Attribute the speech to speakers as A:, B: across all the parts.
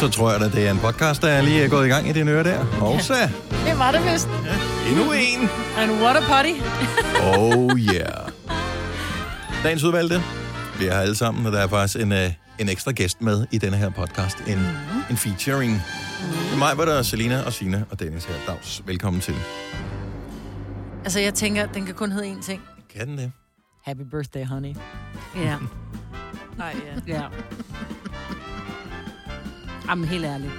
A: så tror jeg, at det er en podcast, der er lige øh, gået i gang i dine ører der. Hovsa.
B: Det var det vist.
A: Endnu en.
B: And what a potty.
A: Oh yeah. Dagens udvalgte. Vi har alle sammen, og der er faktisk en, øh, en ekstra gæst med i denne her podcast. En, mm. en featuring. Mm. Mig var der Selina og Sina og Dennis her. Dags, velkommen til.
B: altså, jeg tænker, at den kan kun hedde én ting.
A: Kan den det?
C: Happy birthday, honey.
B: Ja.
D: Nej, ja.
C: Ja. Jamen, helt ærligt.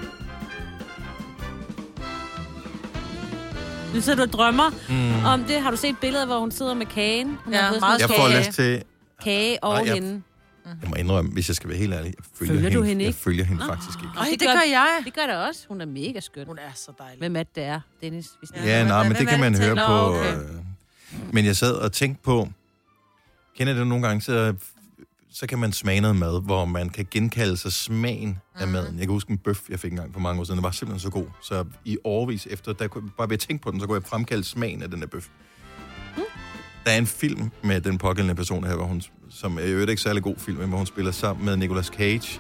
C: Nu sidder du og drømmer mm. om det. Har du set billedet, hvor hun sidder med kagen? Hun
B: Ja,
C: har fået
B: meget
C: sådan
A: Jeg
B: Skal
A: får
B: jeg-
A: lyst til...
C: en kage over
A: Nej, jeg-
C: hende.
A: Jeg må indrømme, hvis jeg skal være helt ærlig. Jeg følger,
C: Følger
A: hende.
C: du hende
A: Jeg
C: ikke? Ah.
A: følger hende faktisk ikke.
B: Ej, det,
C: det
B: det
C: gør-
B: gør jeg.
C: Det gør der også. Hun er mega skøn.
D: Hun er så dejlig.
C: Hvem er det, det er, Dennis? Hvis
A: Ja,
B: men
A: nej, men
B: hvem
A: det
B: er
A: kan man
B: det
A: høre
B: til? Nå,
A: på.
B: okay.
A: Øh, men jeg sad og tænkte på, kender du nogle gange, så, så kan man smage noget mad, hvor man kan genkalde sig smagen
B: Mm.
A: af maden. Jeg kan huske en bøf, jeg fik engang for mange år siden, den var simpelthen så god. Så i årvis efter, der kunne, bare ved at tænke på den, så kunne jeg fremkalde smagen af den her bøf. Der er en film med den pågældende person her, hvor hun, som er i øvrigt ikke særlig god film, men hvor hun spiller sammen med Nicolas Cage,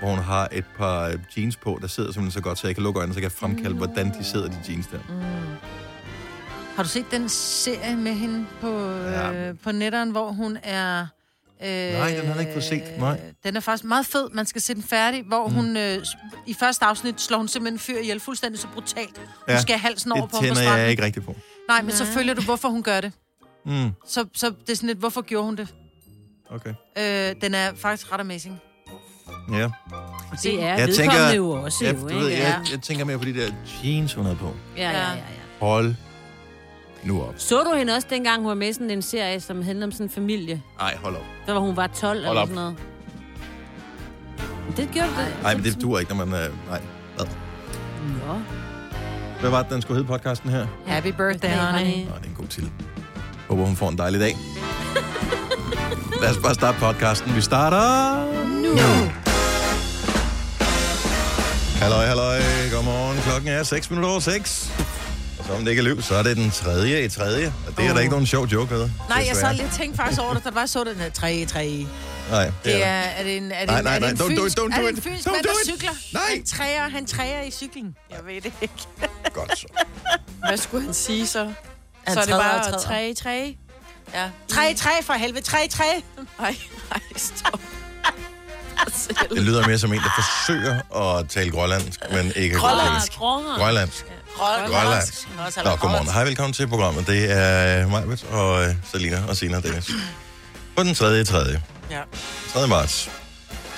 A: hvor hun har et par øh, jeans på, der sidder simpelthen så godt, så jeg kan lukke øjnene, så jeg kan fremkalde,
B: Mm.
A: hvordan de sidder, de jeans der.
B: Har du set den serie med hende på,
A: Ja.
B: ja. øh, på netteren, hvor hun er... Øh,
A: Nej, den har jeg ikke fået set. Nej.
B: Den er faktisk meget fed. Man skal se den færdig, hvor mm. hun øh, i første afsnit slår hun simpelthen en fyr ihjel fuldstændig så brutalt. Hun
A: Ja,
B: ja. skal have halsen over
A: Det
B: på ham på
A: tænder jeg
B: stranden.
A: ikke rigtig på.
B: Nej, men så følger du, hvorfor hun gør det.
A: Mm,
B: Så, så det er sådan lidt, hvorfor gjorde hun det?
A: okay.
B: Øh, den er faktisk ret amazing.
A: Ja.
C: Og det er
A: Jeg
C: vedkommende
A: tænker-
C: jo også,
A: Jeg,
C: jo,
A: du
C: ikke?
A: ved,
C: ja.
A: jeg, jeg tænker mere på de der jeans, hun havde på.
C: Ja, ja, ja, ja.
A: Hold nu op.
C: Så du hende også dengang, hun var med i sådan en serie, som handlede om sådan en familie?
A: Ej, hold op.
C: Der var hun var 12
A: Hold
C: eller
A: op.
C: sådan noget. Det gjorde det.
A: Nej, men det duer ikke, når man... Øh, nej, hvad?
C: Nå.
A: Hvad var det, den skulle hedde podcasten her?
B: Happy birthday, honey.
A: Nå, det er en god titel. Håber, hun får en dejlig dag. Lad os bare starte podcasten. Vi starter... Nu! nu. Halløj, halløj. Godmorgen. Klokken er 6 minutter over 6. Og som det ikke er løb, så er det den tredje i tredje. Og det er oh. der ikke nogen sjov joke ved.
B: Nej, jeg
A: desværre.
B: sad lidt tænkte faktisk over det, da jeg bare så den her 3 3
A: Nej,
B: Det er, er det en, er det
A: Nej,
B: en,
A: nej,
B: er det
A: nej.
B: en
A: Don't do
B: fynsk-
A: it, don't
B: er
A: do
B: det en
A: it.
B: fynsk
A: Don't
B: mand,
A: do
B: der
A: it.
B: cykler?
A: Nej.
B: Han træer, han træer i cykling.
D: Jeg ved det ikke.
A: Godt så.
D: Hvad skulle han sige så?
B: Han
D: så er det
B: træder
D: bare
B: og træder.
D: træ, træ. Ja.
B: Træ, træ for helvede, træ, træ.
D: Ej, nej, stop.
A: Det lyder mere som en, der forsøger at tale grønlandsk, men ikke grønlandsk. Grønlandsk. Grønlandsk. Nå, godmorgen. Hej, velkommen til programmet. Det er Majbet og øh, Selina og Sina og Dennis. På den 3. 3.
D: Ja.
A: 3. marts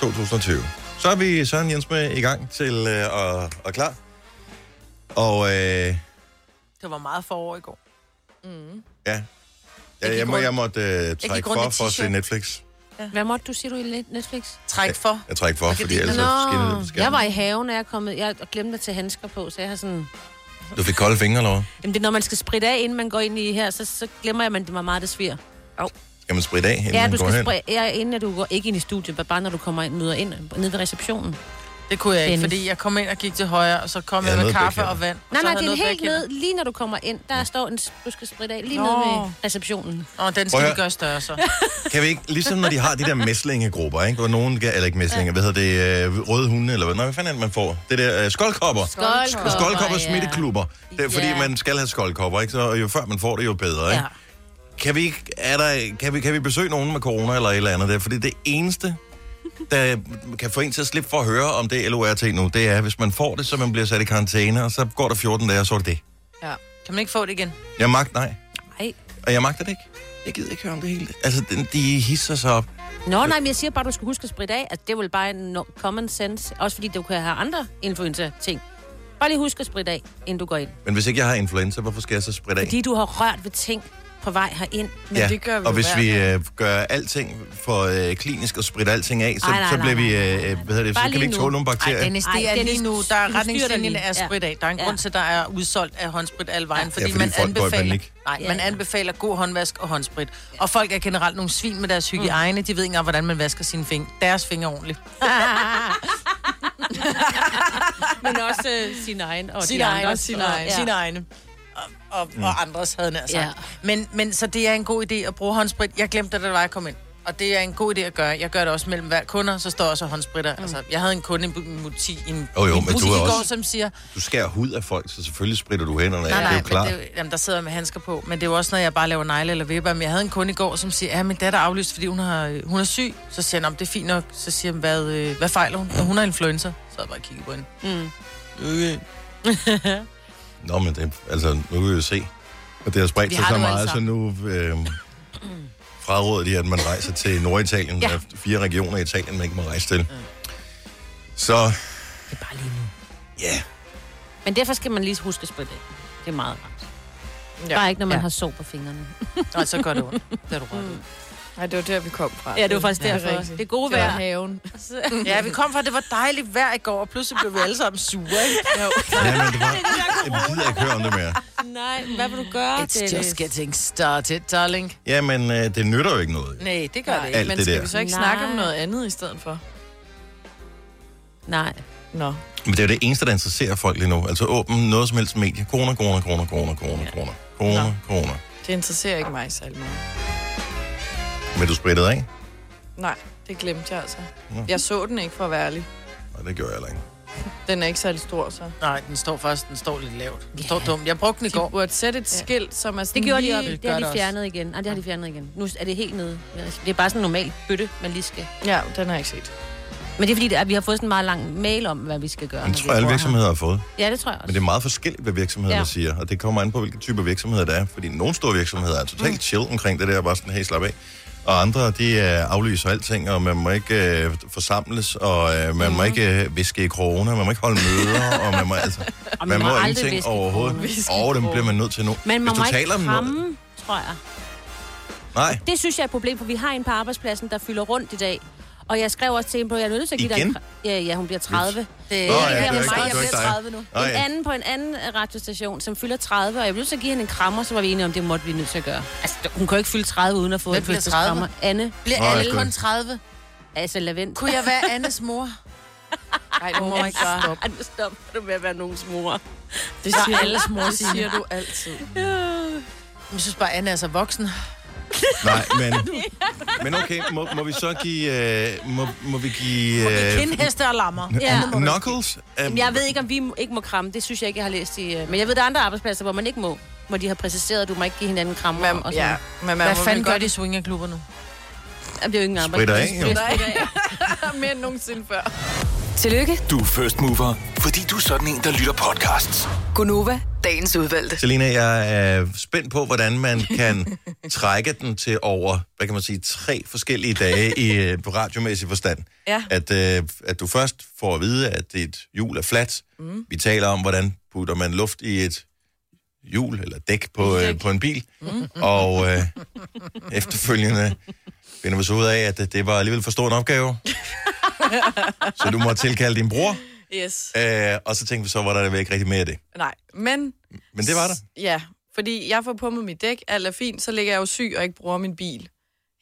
A: 2020. Så er vi Søren Jens med i gang til øh, og, og klar. Og øh, ja,
D: Det var meget forår i går.
C: Mm.
A: jeg, jeg, må, jeg måtte øh, trække
D: rundt
A: for
D: i
A: for at se
D: t-shirt.
A: Netflix.
C: Hvad måtte du sige, du i Netflix?
D: Træk for.
A: Jeg trækker for, fordi
D: det-
A: ellers så
C: Nå,
A: skinner det på skærmen.
C: jeg var i haven, og jeg, er kommet, jeg glemte at tage handsker på, så jeg har sådan...
A: Du fik kolde fingre, eller hvad?
C: Jamen, det er, når man skal spritte af, inden man går ind i her, så, så glemmer jeg, at det var meget, det sviger.
A: Skal man spritte af, inden
C: Ja,
A: man
C: du
A: går
C: skal
A: hen?
C: spritte ja, inden at du går ikke ind i studiet, men bare når du kommer ind, møder ind nede ved receptionen.
D: Det kunne jeg ikke,
C: Dennis.
D: fordi jeg kom ind og gik til højre, og så kom
A: Ja,
D: jeg med
A: noget
D: kaffe
A: bækhænder.
D: og vand. og
C: Nej,
D: så
C: nej,
D: havde
C: det er
D: noget
C: helt
D: bækhænder.
C: nede, lige når du kommer ind, der står en, du skal spritte af, lige
D: Nå.
C: nede ved receptionen.
D: Åh, den
A: Prøv
D: skal
A: at
D: vi
A: høre.
D: gøre større så.
A: Kan vi ikke, ligesom når de har de der mæslingegrupper, ikke? Hvor nogen, eller ikke mæslinger, hvad hedder det, øh, røde hunde, eller hvad, nej, hvad fanden er det, man får? Det der øh, skoldkopper.
C: Skoldkopper,
A: Skoldkopper
C: ja.
A: smitteklubber. Det er fordi,
C: Ja.
A: man skal have skoldkopper, ikke? Så jo før man får det, jo bedre, ikke?
C: Ja.
A: Kan vi, ikke, er der, kan, vi, kan vi besøge nogen med corona eller et eller andet der? Fordi det eneste, der kan få en til at slippe for at høre om det LORT nu, det er, hvis man får det, så man bliver sat i karantæne, og så går der 14 dage, og så er det det.
D: Ja. Kan man ikke få det igen?
A: Jeg magt, nej.
C: Ej.
A: Og jeg magter det ikke. Jeg gider ikke høre om det hele. Altså, den- de hisser sig op.
C: Nå, nej, men jeg siger bare, du skal huske at spritte af. Altså, det er vel bare en no- common sense. Også fordi du kan have andre influenza-ting. Bare lige husk at spritte af, inden du går ind.
A: Men hvis ikke jeg har influenza, hvorfor skal jeg så spritte af?
C: Fordi du har rørt ved ting på vej herind.
A: ja.
D: det gør vi
A: og
D: jo
A: hvis
D: hver
A: vi øh, gør alting for øh, klinisk og spritter alting af, så,
C: Ej, nej,
A: så bliver
C: nej,
A: vi,
C: nej, nej,
A: øh,
C: nej.
A: hvad hedder det, så
C: Bare
A: kan vi
C: lige
A: ikke
C: nu.
A: tåle nogen bakterier.
B: Ej, Dennis, det
C: Ej,
B: er lige
C: Dennis,
B: nu,
C: du
B: der er
C: styrer dig
B: retningslinjerne
C: lige.
B: af
C: Ja.
B: sprit af. Der er en
C: Ja.
B: grund til, der er udsolgt af håndsprit alle vejen, fordi,
A: fordi
D: man
A: folk går i
D: anbefaler,
A: panik.
D: nej,
C: Ja,
D: man
C: ja.
D: anbefaler god håndvask og håndsprit. Og folk er generelt nogle svin med
C: Mm.
D: deres hygiejne. De ved ikke engang, hvordan man vasker sine fingre. Deres fingre ordentligt.
C: Men også øh, sin egen og
D: Sin
C: de
D: egen,
C: andres,
D: sin
C: og-
D: egen,
C: ja.
D: sin egne.
A: Mm.
D: Og, og, og andres havde jeg nær sagt.
C: Ja.
D: Men, men så det er en god idé at bruge håndsprit. Jeg glemte det, da jeg kom ind.
B: Og det er en god idé at gøre. Jeg gør det også mellem hver kunder, så står jeg også og håndspritter. Mm. Altså, jeg havde en kunde i en butik, i en,
A: Jo, jo,
B: i en
A: men du
B: butik
A: er
B: i går,
A: også-
B: som siger,
A: Du skærer hud af folk, så selvfølgelig spritter du hænderne af.
B: Nej, nej,
A: det er jo klart.
B: men det, er jo- jamen, der sidder jeg med handsker på, men det er jo også, når jeg bare laver negle eller vipper. Men jeg havde en kunde i går, som siger, ja, min datter er aflyst, fordi hun, har, øh, hun er syg. Så siger jeg, "Nå, men det er fint nok. Så siger jeg, hvad, øh, hvad fejler hun? Og hun har influenza. Så har jeg bare kigget på hende.
C: Mm.
B: Øh.
A: Nå, men det, altså, nu kan vi jo se, at det har spredt
B: Vi
A: sig
B: har
A: så
B: det jo
A: meget,
B: alle
A: så nu øh, fraråder de, at man rejser til Norditalien.
C: Ja.
A: Ja. fire regioner i Italien, man ikke må rejse til. Så,
C: Det er bare lige nu.
A: ja,
C: Men derfor skal man lige huske at spritte af. Det er meget rart. Ja. Bare ikke, når man ja. har sår på fingrene.
B: Nej, så gør det ondt. Det er du ret i.
E: Nej, det var der, vi kom fra.
C: Mm. Ja, det var faktisk
E: er
C: derfor.
E: rigtigt.
C: Det er gode
E: Det var
C: vejr.
E: haven.
B: Ja, vi kom fra, at det var dejligt vejr i går, og pludselig blev vi alle sammen sure, ikke? Jo.
A: ja men det var... Jeg gider ikke høre om det mere.
C: Nej, hvad vil du gøre?
B: It's just getting started, darling.
A: Jamen, øh, det nytter jo ikke noget.
B: Nej, det gør det ikke.
A: Alt
E: Men
A: det
E: skal
A: der.
E: vi så ikke
C: Nej.
E: snakke om noget andet i stedet for?
C: Nej.
E: Nå.
A: Men det er jo det eneste, der interesserer folk lige nu. Altså åbn noget som helst medie. Kroner, kroner, kroner, kroner, kroner,
C: Ja.
A: kroner. Kroner, kroner.
E: Det interesserer ikke mig særlig meget.
A: Men du sprittede af?
E: Nej, det glemte jeg altså.
A: Nå.
E: Jeg så den ikke, for at være ærlig.
A: Nej, det gjorde jeg heller ikke.
E: Den er ikke særlig stor, så.
B: Nej, den står først, den står lidt lavt. Den står dumt. Jeg brugte den i
E: De
B: går.
E: burde sætte et skilt, som er sådan
C: Det gjorde de
E: lige...
C: op. Det
B: gør
C: har
B: det
C: de
B: også.
C: fjernet igen. Nej, det har de fjernet igen. Nu er det helt nede. Det er bare sådan en normal bøtte, man lige skal.
E: Ja, den har jeg ikke set.
C: Men det er fordi, at vi har fået sådan en meget lang mail om, hvad vi skal gøre.
A: Men
C: når vi
A: det tror jeg, alle
C: bor her.
A: virksomheder har fået.
C: Ja, det tror jeg også.
A: Men det er meget forskelligt, hvad virksomhederne
C: Ja.
A: ja. siger, og det kommer an på, hvilke typer virksomheder det er. Fordi nogle store virksomheder er totalt
C: Mm.
A: chill omkring det der, bare sådan, hey, slap af. Og andre, de øh, aflyser alting, og man må ikke øh, forsamles, og øh, man mm. må ikke øh, viske i krogene, man må ikke holde møder, og man må altså...
C: Og man
A: Man, man
C: må
A: må,
C: aldrig
A: ingenting
C: viske i krogene.
A: overhovedet.
E: Viske i
A: Og dem
E: krogene.
A: bliver man nødt til nu.
C: Men man
A: Hvis
C: må
A: du taler
C: ikke
A: om noget...
C: kramme, tror jeg.
A: Nej,
C: Det synes jeg er et problem, for vi har en på arbejdspladsen, der fylder rundt i dag. Og jeg skrev også til hende på, at jeg er nødt til at give dig en...
A: Igen?
C: kra- Ja, ja, hun bliver 30.
B: Det
A: Nå,
B: er
A: ja,
B: ikke
A: det var
B: mig,
A: ikke-
B: jeg
A: det var ikke
B: bliver
A: dig.
B: 30 nu.
A: Nå,
C: En
A: ja.
C: anden på en anden øh, radiostation, som fylder 30, og jeg blev nødt til at give hende en krammer, så var vi enige om, det måtte vi nødt til at gøre. Altså, hun kan jo ikke fylde 30 uden at få
B: Hvem
C: en
B: bliver
C: fødselskrammer. Anne,
B: Bliver
A: Nå,
B: alle
A: ja,
B: kun
A: gud.
B: 30?
C: altså Lavend.
B: Kunne jeg være Annes mor?
E: Nej, nu må jeg ikke bare.
C: Ej, nu stopper du med at være nogens mor.
E: Det siger, alles mor, det siger du altid.
B: Jeg synes bare, Anne er så voksen.
A: nej, men... Men okay, må, må vi så give... Øh, må, må vi give...
B: Vi
A: Øh,
B: kindheste og lammer.
C: Ja.
A: Knuckles? Øh,
C: Jamen, jeg ved ikke, om vi må- ikke må kramme. Det synes jeg ikke, jeg har læst i... øh, Men jeg ved, der er andre arbejdspladser, hvor man ikke må. Hvor de har præciseret, at du må ikke give hinanden krammer.
E: Man,
C: og sådan.
E: ja, men man
B: Hvad
E: må
B: fanden
E: vel
B: gør
E: godt
B: de i swingerklubber nu?
C: Jamen, det er jo ikke en
A: Spritter
C: arbejdsplads.
A: af, jo.
E: gøre mere end nogensinde før.
F: Tillykke,
G: Du er first mover, fordi du er sådan en, der lytter podcasts.
F: Gunova, dagens udvalgte.
A: Selina, jeg er spændt på, hvordan man kan trække den til over, hvad kan man sige, tre forskellige dage i øh, på radiomæssig forstand.
E: Ja.
A: At, øh, at du først får at vide, at dit hjul er fladt. Mm. Vi taler om, hvordan putter man luft i et hjul eller dæk på, øh, på en bil. Mm. Og øh, efterfølgende finder vi så ud af, at det var alligevel for stor en opgave. så du må tilkalde din bror.
E: Yes.
A: Øh, og så tænkte vi så, var der vel ikke rigtig mere af det.
E: Nej, men...
A: Men det var der.
E: Ja, fordi jeg får pumpet mit dæk, alt er fint, så ligger jeg jo syg og ikke bruger min bil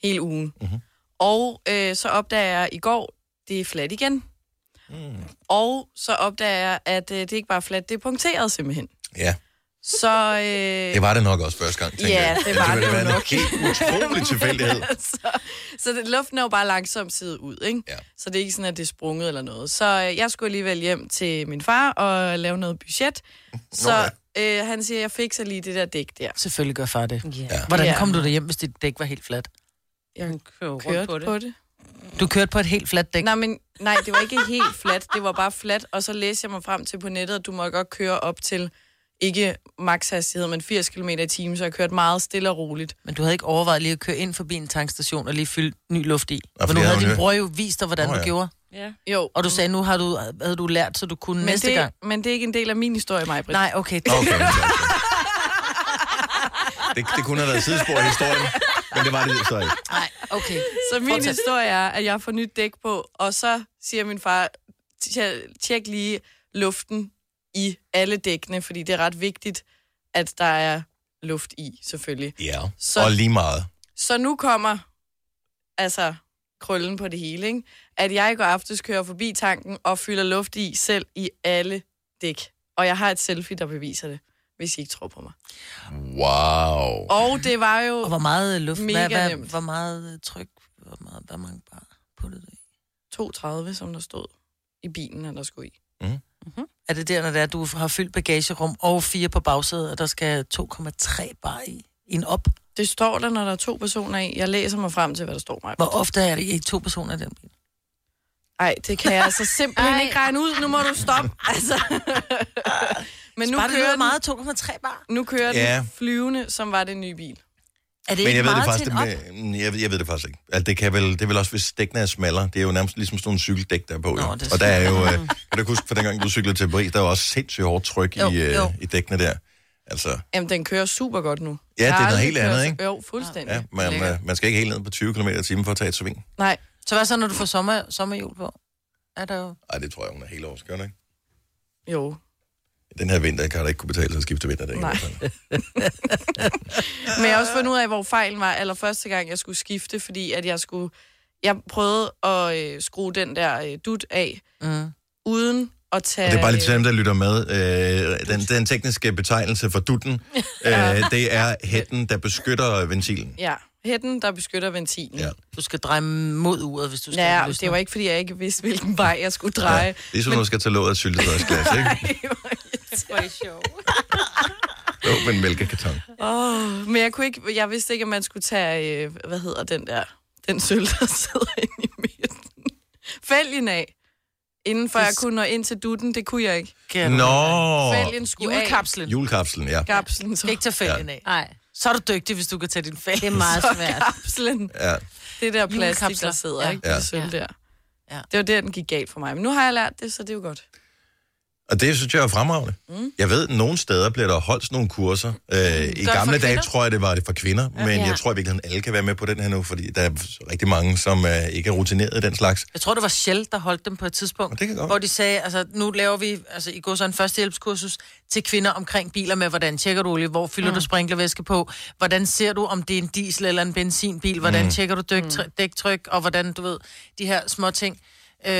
E: hele ugen.
A: Mhm.
E: Mm-hmm. Og øh, så opdager jeg i går, det er fladt igen. Mm. Og så opdager jeg, at øh, det er ikke bare er fladt, det er punkteret simpelthen.
A: Ja.
E: Så... Øh,
A: Det var det nok også første gang, tænkte
E: Ja,
A: jeg.
E: det
A: Ellers
E: var
A: ville
E: det jo
A: være en helt utrolig tilfældighed.
E: så, så det, luften er jo bare langsomt sivet ud, ikke?
A: Ja.
E: Så det er ikke sådan, at det er sprunget eller noget. Så øh, jeg skulle alligevel hjem til min far og lave noget budget. Så øh, han siger, jeg fikser lige det der dæk der.
B: Selvfølgelig gør far det.
C: Ja.
B: Hvordan
E: Ja.
B: kom du derhjem, hvis dit dæk var helt fladt?
E: Jeg
C: Kører rundt
E: kørte
C: på det.
E: på det.
B: Du kørte på et helt fladt dæk.
E: Nej, men, nej, det var ikke helt fladt. Det var bare fladt, og så læste jeg mig frem til på nettet, at du må godt køre op til ikke maks hastighed, men 80 km i timen, så jeg kørte meget stille og roligt.
B: Men du havde ikke overvejet lige at køre ind forbi en tankstation og lige fylde ny luft i.
A: fordi
B: For nu
A: jeg
B: havde
A: havde
B: din
A: jo-
B: bror jo vist dig, hvordan
A: Nå,
B: du
A: ja.
B: gjorde.
E: Jo,
B: Og du sagde, nu har du, havde du lært, så du kunne
E: men,
B: næste
E: det,
B: gang.
E: men det er ikke en del af min historie, mig,
B: Nej, okay. Det,
A: Okay. okay. Det, det kunne have været et sidespor i historien, men det var det så ikke.
B: Nej, okay.
E: Så min Fortsæt. historie er, at jeg får nyt dæk på, og så siger min far, "Tje- tjek lige luften i alle dækkene, fordi det er ret vigtigt, at der er luft i, selvfølgelig.
A: Ja,
E: Så-
A: og lige meget.
E: Så nu kommer, altså, krøllen på det hele, ikke? At jeg i går aftes kører forbi tanken og fylder luft i selv i alle dæk. Og jeg har et selfie, der beviser det, hvis I ikke tror på mig.
A: Wow.
E: Og det var jo...
B: Og hvor meget øh, luft,
E: Mega
B: hvad, hvad,
E: nemt.
B: hvor meget øh, tryk hvor meget, hvor mange bar puttede du i?
E: 32, som der stod i bilen, han der skulle i.
B: Er det der, når det er, du har fyldt bagagerum og fire på bagsædet, og der skal 2,3 bar i? En op?
E: Det står der, når der er to personer i. Jeg læser mig frem til, hvad der står mig.
B: Hvor ofte er det i to personer i den bil?
E: Nej, det kan jeg altså simpelthen
C: Ej.
E: Ej. ikke regne ud. Nu må du stoppe. Altså. Men nu
B: Bare det
E: kører,
B: lyder
E: den,
B: meget 2,3 bar.
E: nu kører
A: Ja.
E: den flyvende, som var det nye bil.
B: Er det
A: Men
B: ikke
A: jeg ved det
B: meget
A: faktisk,
B: til
A: det
B: en op? Med...
A: med, jeg, ved, jeg ved det faktisk ikke. Altså, det, kan vel, det er vel også, hvis dækkene er smallere. Det er jo nærmest ligesom sådan nogle cykeldæk, der er på. Nå,
B: det er
A: og der er jo, øh, kan du ikke huske, for dengang du cyklede til Paris, der var også sindssygt hårdt tryk
B: Jo,
A: i, øh,
B: jo.
A: i dækkene der. Altså, ja,
E: Jamen, den kører super godt nu.
A: det
E: Jeg
A: er
E: har
A: noget
E: aldrig
A: helt
E: kørt
A: andet,
E: så-
A: ikke?
E: Jo, fuldstændig.
A: Ja, man, man, man skal ikke helt ned på 20 km i timen for at tage et sving.
E: Nej,
B: Så hvad så, når du får sommer, sommerhjul på? Er der jo...
A: Nej, det tror jeg, hun er hele års, gør det ikke?
E: jo.
A: Den her vinter kan der ikke kunne betale sig at skifte vinterdæk.
E: Nej. Men jeg har også fundet ud af, hvor fejlen var allerførste gang, jeg skulle skifte, fordi at jeg skulle... Jeg prøvede at øh, skrue den der øh, dut af,
B: Mm.
E: uden at tage...
A: Og det er bare lige til dem, der lytter med. Øh, den, den tekniske betegnelse for dutten, øh, det er hætten, der beskytter ventilen.
E: Ja, hætten, der beskytter ventilen.
A: Ja.
E: Ja,
B: Du skal dreje mod uret, hvis du skal
E: ja
B: have lyst
E: det var ikke, fordi jeg ikke vidste, hvilken vej jeg skulle dreje.
A: Ligesom når du skal tage låget af et syltetøjsglas, ikke? Jo, men en mælkekarton.
E: Oh, men jeg, kunne ikke, jeg vidste ikke, at man skulle tage, øh, hvad hedder den der, den sølv, der sidder inde i midten. Fælgen af, inden for jeg kunne nå ind til dutten, det kunne jeg ikke.
B: Kan du-
A: Nå,
E: Fælgen skulle af.
B: Julekapslen. Du
A: julekapslen, ja.
E: Kapslen, så
B: skal ikke tage fælgen af.
C: Nej,
B: Så er du dygtig, hvis du kan tage din fælge.
C: det er meget svært.
E: kapslen.
A: ja.
E: Det der plastik,
B: Julekapsler.
E: der sidder,
B: Ja.
E: ja. ikke? Det
A: Ja.
E: sølv der.
B: Ja.
E: Ja. Det var der, den gik galt for mig. Men nu har jeg lært det, så det er jo godt.
A: Og det synes jeg er fremragende. Mm. Jeg ved, at nogle steder bliver der holdt sådan nogle kurser. Øh, I
B: for
A: gamle dage
B: kvinder?
A: tror jeg, det var det for kvinder, ja. men
C: Ja.
A: jeg tror i virkeligheden, alle kan være med på den her nu, fordi der er rigtig mange, som øh, ikke er rutineret i den slags.
B: Jeg tror, det var Shell, der holdt dem på et tidspunkt,
A: Det kan godt.
B: hvor de sagde, altså nu laver vi, altså i går så en førstehjælpskursus til kvinder omkring biler med, hvordan tjekker du olie, hvor fylder mm. du sprinklervæske på, hvordan ser du, om det er en diesel eller en benzinbil, hvordan mm. tjekker du dyk, tr- dæktryk, og hvordan, du ved, de her små ting. Øh,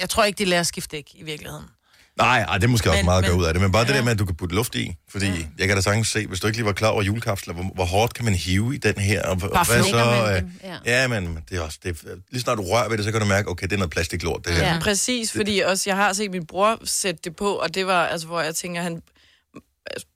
B: jeg tror ikke, de lærer at skifte dæk i virkeligheden.
A: Nej, ej, det er måske også
B: Men-
A: meget at
B: men-
A: gøre ud af det, men bare det der med, at du kan putte luft i, fordi ja. jeg kan da sagtens se, hvis du ikke lige var klar over julekapsler, hvor, hvor hårdt kan man hive i den her, og, og hvad
B: flækker
A: så?
C: man
A: Øh,
C: den,
A: ja. men det er også, det er, lige snart du rører ved det, så kan du mærke, okay, det er noget plastiklort, det her. Ja.
C: Ja.
E: Præcis, fordi også jeg har set min bror sætte det på, og det var, altså, hvor jeg tænker, han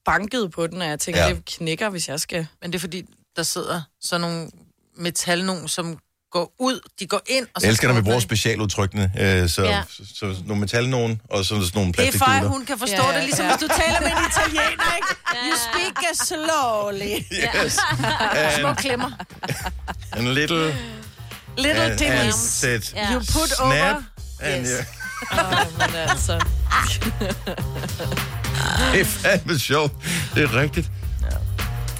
E: bankede på den, og jeg tænker,
A: Ja.
E: ja. det knækker, hvis jeg skal.
B: Men det er fordi, der sidder sådan nogle metal, nogen, som går ud, de går ind, og så...
A: Jeg elsker, når vi
B: åbner
A: bruger
B: de.
A: specialudtrykkene, øh, så, ja.
C: Ja.
A: så, så, så nogle metal nogen, og så sådan nogle
B: Det er for, at
A: plastikdutter.
B: hun kan forstå
E: Ja,
B: det, ligesom
E: ja.
B: hvis du taler med en italiener, ikke? You speak slowly.
A: Yes. Um,
B: Små klemmer.
A: En little,
B: Little
A: and, and
B: dimmies.
A: set,
C: Ja.
B: You put
A: snap,
B: over.
A: and
B: Yes.
A: yes.
E: Men altså,
A: Det er fandme sjovt. Det er rigtigt.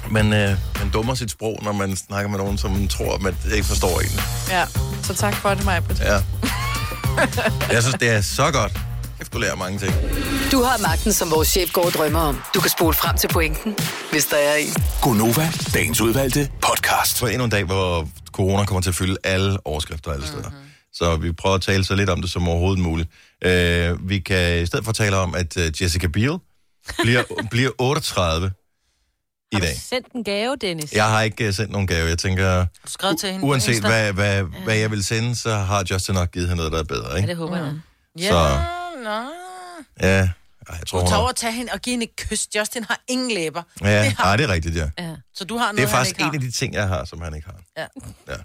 A: Man, øh, man dummer sit sprog, når man snakker med nogen, som man tror, man ikke forstår en.
E: ja. Så tak for det, Maja.
A: Ja. Jeg synes, det er så godt. Kæft, du lærer mange ting.
F: Du har magten, som vores chef går og drømmer om. Du kan spole frem til pointen, hvis der er en.
H: Gonova, dagens udvalgte podcast.
A: Så endnu en dag, hvor corona kommer til at fylde alle overskrifter alle steder.
B: Mhm.
A: Mm-hmm. Så vi prøver at tale så lidt om det som overhovedet muligt. Øh, vi kan i stedet for tale om, at øh, Jessica Biel bliver, bliver 38 i dag.
C: Send en gave, Dennis.
A: Jeg har ikke øh, sendt nogen gave. Jeg tænker,
B: Du skrev til hende.
A: uanset hvad, hvad, hvad jeg vil sende, så har Justin nok givet hende noget, der er bedre.
C: Ja,
A: Ikke?
C: det håber jeg.
B: Ja,
A: Så,
B: nå.
A: ja. Ej, jeg tror,
B: Du
A: hun
B: tager over
A: har...
B: og tager hende og giver hende et kys. Justin har ingen læber.
A: Ja,
B: Det har-
A: ej, det er rigtigt, ja.
C: Ja.
B: Så du har noget,
A: Det er faktisk
B: han
A: en af
B: ikke
A: de ting, jeg har, som han ikke har.
B: har.
A: Ja.
B: Ja.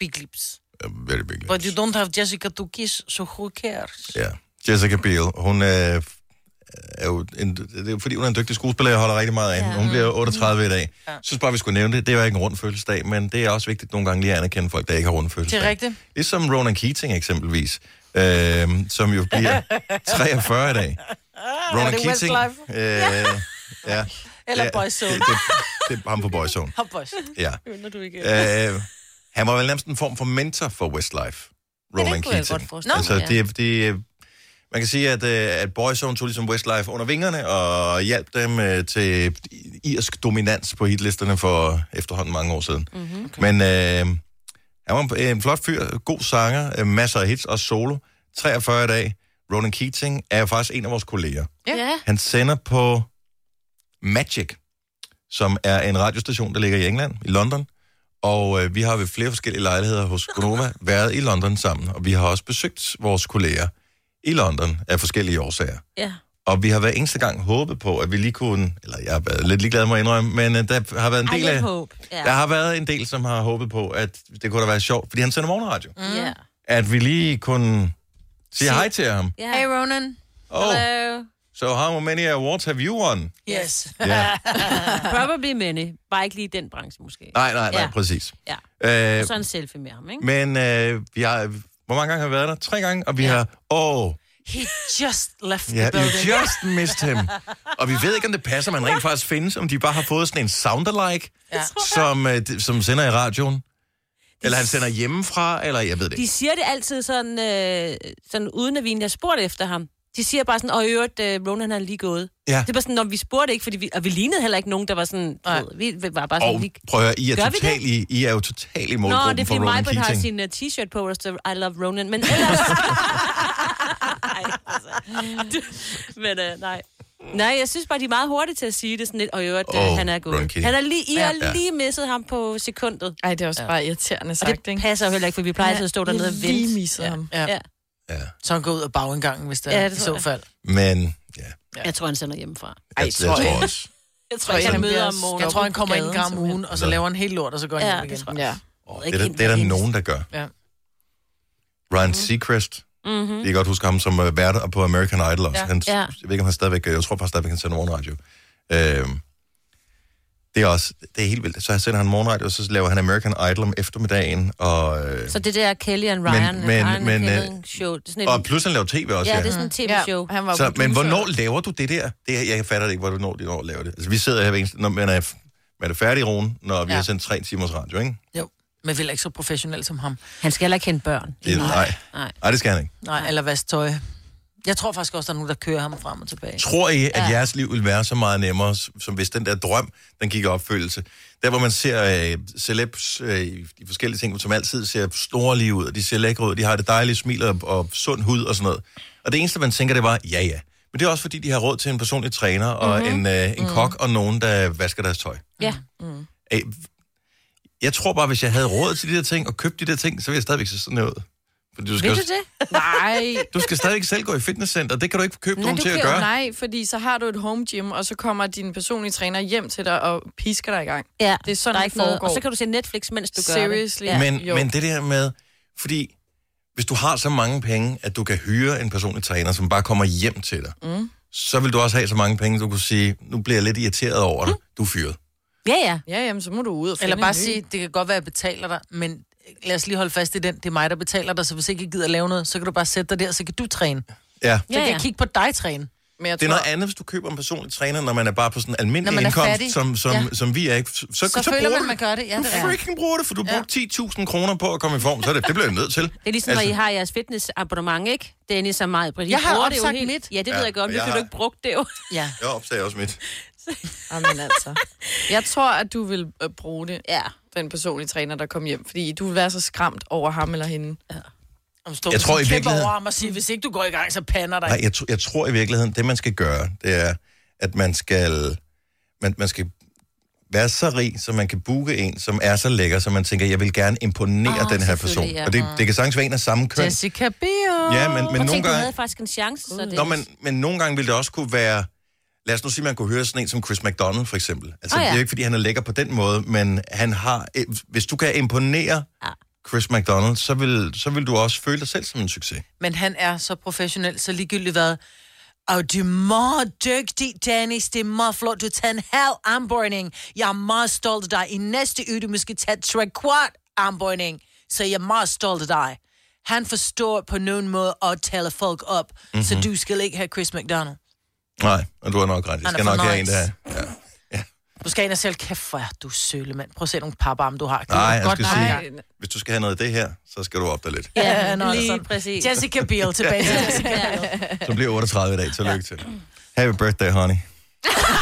B: Big lips.
A: Jeg er Very big
B: But you
A: lips.
B: don't have Jessica Dukis, so who cares?
A: Ja. Jessica Biel, hun er, er jo en, det er jo fordi, hun er en dygtig skuespiller, jeg holder rigtig meget af hende. Hun bliver 38 i dag. Jeg synes bare, vi skulle nævne det. Det var ikke en rund fødselsdag, men det er også vigtigt nogle gange lige at anerkende folk, der ikke har runde fødselsdag.
B: Det er rigtigt.
A: Ligesom Ronan Keating eksempelvis, øh, som jo bliver 43 i dag. Ronan
B: det
A: Keating... Øh, ja.
B: Eller
A: Ja,
B: Boyzone.
A: Det, det, det er ham på Boyzone,
B: Hop, boys.
A: ja. Øh, han var vel nærmest en form for mentor for Westlife, Ronan
C: det kunne jeg
A: Keating.
C: godt forestille
A: altså,
C: mig, ja.
A: det, det, man kan sige, at, øh, at Boyzone tog ligesom Westlife under vingerne og hjalp dem øh, til irsk dominans på hitlisterne for efterhånden mange år siden.
C: Mhm,
A: Mm-hmm. Okay. Men øh, han var en, en flot fyr, god sanger, øh, masser af hits, også solo. 43 i dag. Ronan Keating er jo faktisk en af vores kolleger.
C: Ja.
A: Han sender på Magic, som er en radiostation, der ligger i England, i London. Og øh, vi har ved flere forskellige lejligheder hos Gonoma været i London sammen, og vi har også besøgt vores kolleger i London af forskellige årsager.
C: Ja.
A: Og vi har hver eneste gang håbet på, at vi lige kunne... Eller jeg har været lidt ligeglad, må jeg indrømme, men øh, der har været en
C: Ej,
A: del
C: lidt
A: af...
C: håb, ja.
A: Der har været en del, som har håbet på, at det kunne da være sjovt, fordi han sender morgenradio. Mm.
C: Ja.
A: At vi lige kunne sige hej til ham.
C: ja.
I: Hey, Ronan.
A: Oh,
C: Hello.
A: so how many awards have you won?
B: Yes.
A: Ja.
C: Probably many. Bare ikke lige i den branche, måske.
A: Nej, nej, nej,
C: Ja.
A: præcis.
C: Ja.
A: Øh,
C: Så en selfie med ham, ikke?
A: men øh, vi har... Hvor mange gange har vi været der? Tre gange, og vi har... Åh, oh,
B: He just left
A: Ja,
B: the
A: you
B: building.
A: just missed him. Og vi ved ikke, om det passer, man rent faktisk findes, om de bare har fået sådan en soundalike, ja. som, øh, d- som sender i radioen. Eller han sender hjemmefra, eller jeg ved det
C: De
A: ikke.
C: siger det altid sådan, øh, sådan uden at vi egentlig har spurgt efter ham. De siger bare sådan, og i øvrigt, øh, Ronan han er lige gået.
A: Ja.
C: Det er bare sådan, når vi spurgte ikke, fordi vi, og vi lignede heller ikke nogen, der var sådan, du ved, vi vi var bare sådan,
A: Og
C: vi,
A: prøv at høre, I er,
C: Gør vi
A: total, I, I er jo totalt i
C: Nå,
A: målgruppen
C: det er
A: for
C: fordi mig,
A: Ronan
C: har
A: Keating.
C: sin uh, t-shirt på, hvor der står, I love Ronan, men ellers... Ej, altså. Du- men uh, nej. Nej, jeg synes bare, de er meget hurtige til at sige det sådan lidt, og i øvrigt,
A: Åh,
C: oh, han er gået.
A: Ronan Keating.
C: Han er lige, I har
A: Ja.
C: lige misset ham på sekundet.
E: Ej, det er også ja. bare irriterende
C: Og
E: sagt,
C: det
E: ikke?
C: passer jo heller ikke, for vi plejer altid at stå dernede og
E: Jeg
C: vente.
E: lige misset ham.
B: Ja.
C: Ja.
B: Så han går ud og bag en gang, hvis det er
C: Ja,
B: ja,
C: det
B: det i
C: tror
B: så
C: jeg.
B: fald.
A: Men ja, jeg,
C: Jeg tror, han sender hjemmefra.
E: Ej,
A: jeg,
E: tror jeg.
A: tror også.
C: Jeg tror ikke, han
E: bliver
C: møder om morgenen.
B: Jeg tror, han kommer ind en gang om
E: Gaden,
B: ugen, og så
A: Nå.
B: laver han helt lort, og så går han
C: Ja,
B: ja, hjem
C: det
B: igen.
C: tror
E: Ja.
A: Det er, der- det er der nogen, der gør.
B: Ja.
C: Mhm.
A: Ryan Seacrest. Mm-hmm. Jeg kan godt huske ham som uh, vært på American Idol også. Ja. Han,
C: Mm. Ja.
A: Jeg ved ikke, om han stadigvæk... øh, Jeg tror faktisk stadigvæk, han sender morgenradio. Øhm, det er også... Det er helt vildt. Så sender han morgenradio, og så laver han American Idol om eftermiddagen. Og, øh,
C: Så det der Kelly and Ryan, men,
A: men-
C: men, Ryan
A: men,
C: men,
A: øh,
C: show, det er sådan
A: og
C: et,
A: plus han laver tv også,
C: ja,
A: ja.
C: det er sådan et tv-show.
E: han var
A: Så, men
E: producer.
A: hvornår laver du det der? Det, jeg fatter det ikke, hvornår de når laver det. Altså, vi sidder her hver eneste... Når man er, man er færdig i roen, når vi ja.
B: Ja.
A: har sendt tre timers radio, ikke?
B: Jo. Men vel ikke så professionel som ham.
C: Han skal heller ikke kende børn.
A: Det, nej.
C: Nej.
A: Nej, det skal han ikke.
B: Nej, eller vask tøj. Jeg tror faktisk også, der er nogen, der kører ham frem og tilbage.
A: Tror I, at ja. jeres liv ville være så meget nemmere, som hvis den der drøm, den gik i opfyldelse? Der, hvor man ser øh, celebs øh, i de forskellige ting, som altid ser store lige ud, og de ser lækre ud, de har det dejlige smil og, og sund hud og sådan noget. Og det eneste, man tænker, det var, ja, ja. Men det er også, fordi de har råd til en personlig træner og
C: Mhm.
A: mm-hmm. en, øh, en kok og nogen, der vasker deres tøj.
C: Ja. Mm-hmm.
A: Øh, jeg tror bare, hvis jeg havde råd til de der ting og købte de der ting, så ville jeg stadigvæk se sådan her ud. Fordi du skal,
C: Vil du
A: jo-
C: det?
E: Nej,
A: du skal stadigvæk selv gå i fitnesscenter, det kan du ikke købe
C: Nej,
A: nogen
C: du
A: til at
C: kan jo-
A: gøre.
E: nej, fordi så har du et home gym, og så kommer din personlige træner hjem til dig og pisker dig i gang.
C: Ja,
E: Det er sådan,
C: der er
E: det
C: ikke noget.
E: foregår.
C: Og så kan du se Netflix, mens du gør
E: Seriously.
C: det.
E: Ja.
A: Men,
E: jo.
A: men det der med, fordi hvis du har så mange penge, at du kan hyre en personlig træner, som bare kommer hjem til dig, mm. så vil du også have så mange penge, du kunne sige, nu bliver jeg lidt irriteret over dig, du er fyret.
C: Ja, ja.
E: Ja, jamen, så må du ud og finde
B: Eller bare
E: en ny.
B: sige, det kan godt være, at jeg betaler dig, men lad os lige holde fast i den. Det er mig, der betaler dig, så hvis ikke jeg gider lave noget, så kan du bare sætte dig der, så kan du træne. Så
A: Ja.
B: ja,
C: Ja,
B: kan
C: ja.
B: jeg kigge på dig træne.
E: Men jeg
A: Det er
E: tror,
A: noget andet, hvis du køber en personlig træner, når man er bare på sådan en almindelig
B: Når man er
A: indkomst,
B: fattig.
A: som, som, ja.
B: Ja.
A: som vi er ikke. Så, så,
B: Så, så føler
A: bruger
B: man,
A: du-
B: man gør det. Ja, det
A: Du
B: er.
A: freaking bruger det, for du brugte 10.000 kroner på at komme i form, så er det, det bliver jeg nødt til.
C: Det er ligesom, altså, når I har jeres fitnessabonnement, ikke? Dennis og mig, Britt. I
B: Jeg har
C: bruger det jo
B: opsagt
C: helt-
B: mit.
C: Ja, det ved
A: Ja,
C: jeg godt, men
A: jeg
C: det har
A: har-
C: du ikke brugt det jo.
B: Ja.
A: Jeg opsagde også mit.
E: jamen, altså. jeg tror, at du vil øh, bruge det,
C: Ja.
E: den personlige træner, der kom hjem. Fordi du vil være så skræmt over ham eller hende.
B: Om stå,
A: Jeg tror i virkeligheden-
B: Over ham og sige, hvis ikke du går i gang, så pander dig.
A: Nej, jeg, tr- jeg tror i virkeligheden, det man skal gøre, det er, at man skal, man, man skal være så rig, så man kan booke en, som er så lækker, så man tænker, jeg vil gerne imponere
C: Ah,
A: den her person.
C: selvfølgelig, ja.
A: Og det, det kan sagtens være en af samme køn.
B: Jessica Biel.
A: Ja, men, men
C: Men
A: nogle
C: tænk, du havde
A: gange...
C: faktisk en chance, så det...
A: Nå, men, men nogle gange ville det også kunne være... Lad os nu sige, man kunne høre sådan en som Chris McDonald, for eksempel. Altså,
C: Åh,
A: oh,
C: ja.
A: ja. det er jo ikke, fordi han er lækker på den måde, men han har... øh, Hvis du kan imponere
C: Ja.
A: Chris McDonald, så vil, så vil du også føle dig selv som en succes.
B: Men han er så professionel, så ligegyldigt hvad. Og du er meget dygtig, Dennis. Det er meget flot. Du tager en halv armbøjning. Jeg er meget stolt af dig. I næste uge, du måske tage tre kvart armbøjning. Så jeg er meget stolt af dig. Han forstår på nogen måde at tale folk op. Mm-hmm. Så
A: Mhm.
B: du skal ikke have Chris McDonald.
A: Nej, og du har nok ret. Jeg
B: Han er
A: skal
B: for
A: nok have en,
B: nice.
A: der...
B: Du skal ind og selv kæft, hvor er du sølle, mand. Prøv at se nogle paparme, du har. Det er
A: Nej,
B: jo
A: jeg skal
B: nok.
A: sige,
E: Nej.
A: hvis du skal have noget af det her, så skal du op der lidt.
C: Ja,
B: nå,
C: lige
B: sådan.
C: præcis.
B: Jessica Biel tilbage til Jessica Biel.
A: Så bliver 38 i dag. Tillykke til. Happy birthday, honey.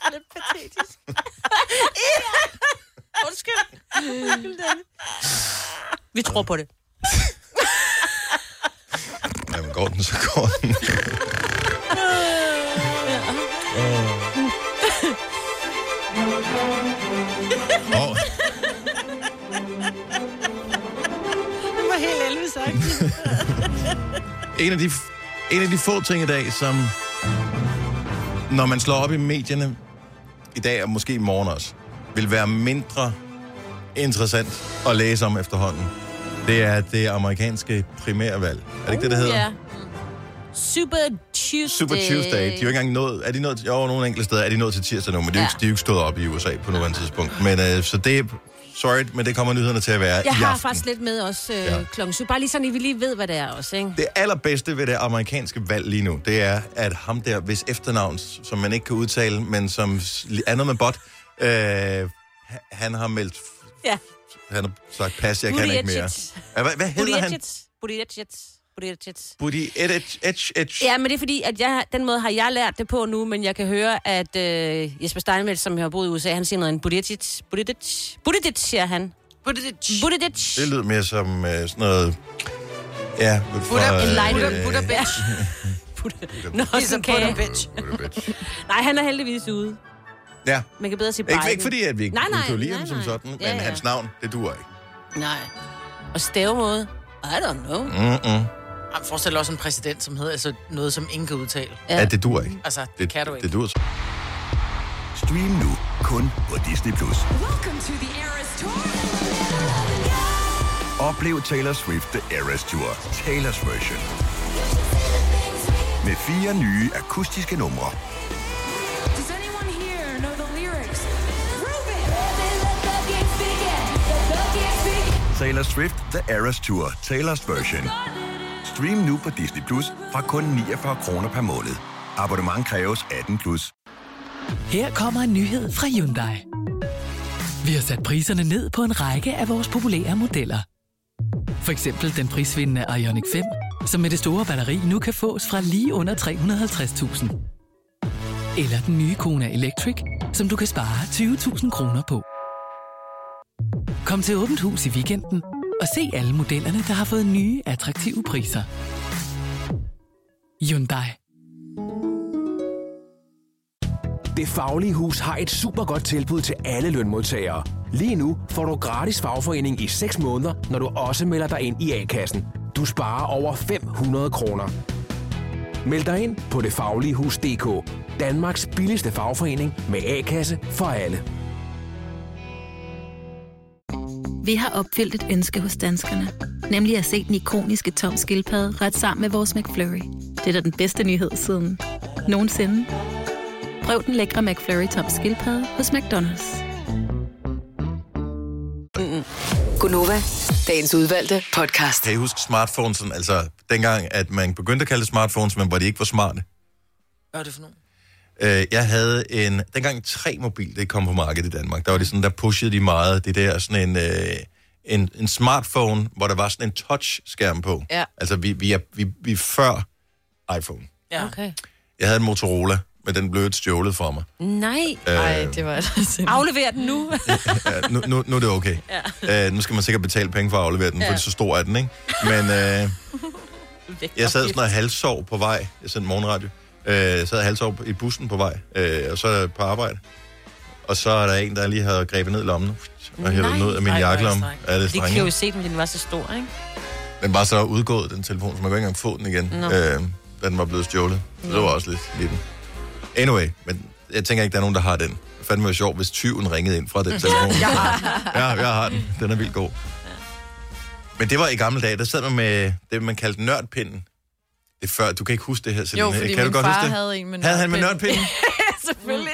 C: Vi tror på det.
A: går den, så går den. Åh. Åh.
B: Det var helt elvis sagt.
A: en af de, en af de få ting i dag, som når man slår op i medierne i dag, og måske i morgen også, vil være mindre interessant at læse om efterhånden. Det er det amerikanske primærvalg. Er det ikke det, det hedder?
C: Uh, Ja. Super Tuesday.
A: Super Tuesday. De er jo ikke engang nået... Er de nået til, jo, nogle enkelte steder er de nået til tirsdag nu, men de er jo ikke,
C: Ja.
A: de er jo ikke stået op i USA på nuværende tidspunkt. Men øh, så det er... Sorry, men det kommer nyhederne til at være i
C: Jeg har
A: aften.
C: faktisk lidt med også øh,
A: Ja.
C: ja. klokken syv. Bare lige sådan, at vi lige ved, hvad det er også, ikke?
A: Det allerbedste ved det amerikanske valg lige nu, det er, at ham der, hvis efternavn, som man ikke kan udtale, men som s- er noget med bot, øh, h- han har meldt...
C: Ja.
A: Han har sagt, pas, jeg kan ikke mere.
C: Buttigieg.
A: Ja, Hvad, hvad hedder han?
C: Buttigieg. Buttigieg. Buttigieg.
A: Budi et, et, et, et.
C: Ja, men det er fordi, at jeg, den måde har jeg lært det på nu, men jeg kan høre, at øh, Jesper Steinmetz, som har boet i USA, han siger noget en Buttigieg. Buttigieg. Buttigieg, siger han.
D: Buddha-
C: Buttigieg.
A: Det lyder mere som øh, sådan noget... Ja, fra,
D: Buddha-
A: øh,
D: Buddha- Buddha bitch.
C: Buddha. Nå,
D: He's a
C: sådan kan
D: Buddha
C: jeg.
D: bitch.
A: Buddha bitch.
C: Nej, han er heldigvis ude.
A: Ja,
C: Man kan bedre sige Biden.
A: ikke, ikke fordi, at vi ikke
C: Nej, nej,
A: kan lide
C: nej,
A: ham som
C: nej.
A: sådan, men
C: Ja, ja.
A: hans navn, det duer ikke.
C: Nej. Og stavemåde. I don't know.
A: Mm-mm.
D: Jamen, forestil dig også en præsident, som hedder altså noget, som ingen kan udtale.
A: Ja. ja, det duer ikke.
D: Altså, det,
A: Det,
D: kan du ikke.
A: Det duer så.
J: Stream nu kun på Disney+. Plus. Oplev Taylor Swift The Eras Tour, Taylor's version. Med fire nye akustiske numre.
K: Does anyone here know the lyrics? Prove it! let the games begin. Let the games begin.
J: Taylor Swift The Eras Tour, Taylor's version. Stream nu på Disney Plus fra kun 49 kroner per måned. Abonnement kræves 18 plus.
L: Her kommer en nyhed fra Hyundai. Vi har sat priserne ned på en række af vores populære modeller. For eksempel den prisvindende Ioniq 5, som med det store batteri nu kan fås fra lige under 350.000. Eller den nye Kona Electric, som du kan spare 20.000 kroner på. Kom til Åbent Hus i weekenden og se alle modellerne, der har fået nye, attraktive priser. Hyundai.
M: Det Faglige Hus har et super godt tilbud til alle lønmodtagere. Lige nu får du gratis fagforening i 6 måneder, når du også melder dig ind i A-kassen. Du sparer over 500 kroner. Meld dig ind på detfagligehus.dk. Danmarks billigste fagforening med A-kasse for alle.
N: Vi har opfyldt et ønske hos danskerne. Nemlig at se den ikoniske tom skildpadde ret sammen med vores McFlurry. Det er da den bedste nyhed siden nogensinde. Prøv den lækre McFlurry tom skildpadde hos McDonald's.
F: Gunova, dagens udvalgte podcast.
A: Kan I huske smartphones, sådan, altså dengang, at man begyndte at kalde det smartphones, men hvor de ikke var smarte?
D: Hvad er det for nogen?
A: Øh, jeg havde en, dengang tre mobil, det kom på markedet i Danmark, der var det sådan, der pushede de meget, det der sådan en, øh, en, en smartphone, hvor der var sådan en touchskærm på.
D: Ja.
A: Altså, vi, vi, er, vi, vi er før iPhone.
D: Ja.
C: Okay.
A: Jeg havde en Motorola, men den blev stjålet fra mig.
C: Nej.
A: Øh.
E: Nej, det var altså
C: Aflever den nu.
A: ja, nu, nu, nu er det okay. Ja. Øh, nu skal man sikkert betale penge for at aflevere den, ja. for så stor er den, ikke? Men øh, jeg sad sådan og halvsov på vej. Jeg sendte morgenradio. Øh, jeg sad og halvsov i bussen på vej, øh, og så på arbejde. Og så er der en, der lige har grebet ned i lommen. Og hævet den ud af min
D: Ej, hvor er det
A: jakkelomme.
D: strengt.
A: Ja, det er
C: Det kan jo
A: strenge.
C: se, den den var så stor, ikke?
A: Den var så udgået, den telefon, så man kunne ikke engang få den igen, øh, da den var blevet stjålet. Så det var også lidt lidt. Anyway, men jeg tænker ikke, der er nogen, der har den. Fandme var sjovt, hvis tyven ringede ind fra den telefon. jeg har den. Ja, jeg har den. Den er vildt god. Men det var i gamle dage, der sad man med det, man kaldte nørdpinden. Det er før, du kan ikke huske det her,
E: Jo,
A: Selina.
E: fordi
A: kan du
E: min
A: godt
E: far
A: huske det?
E: havde en med
A: Havde han med
E: nørdpind.
A: nørdpinden?
E: Selvfølgelig.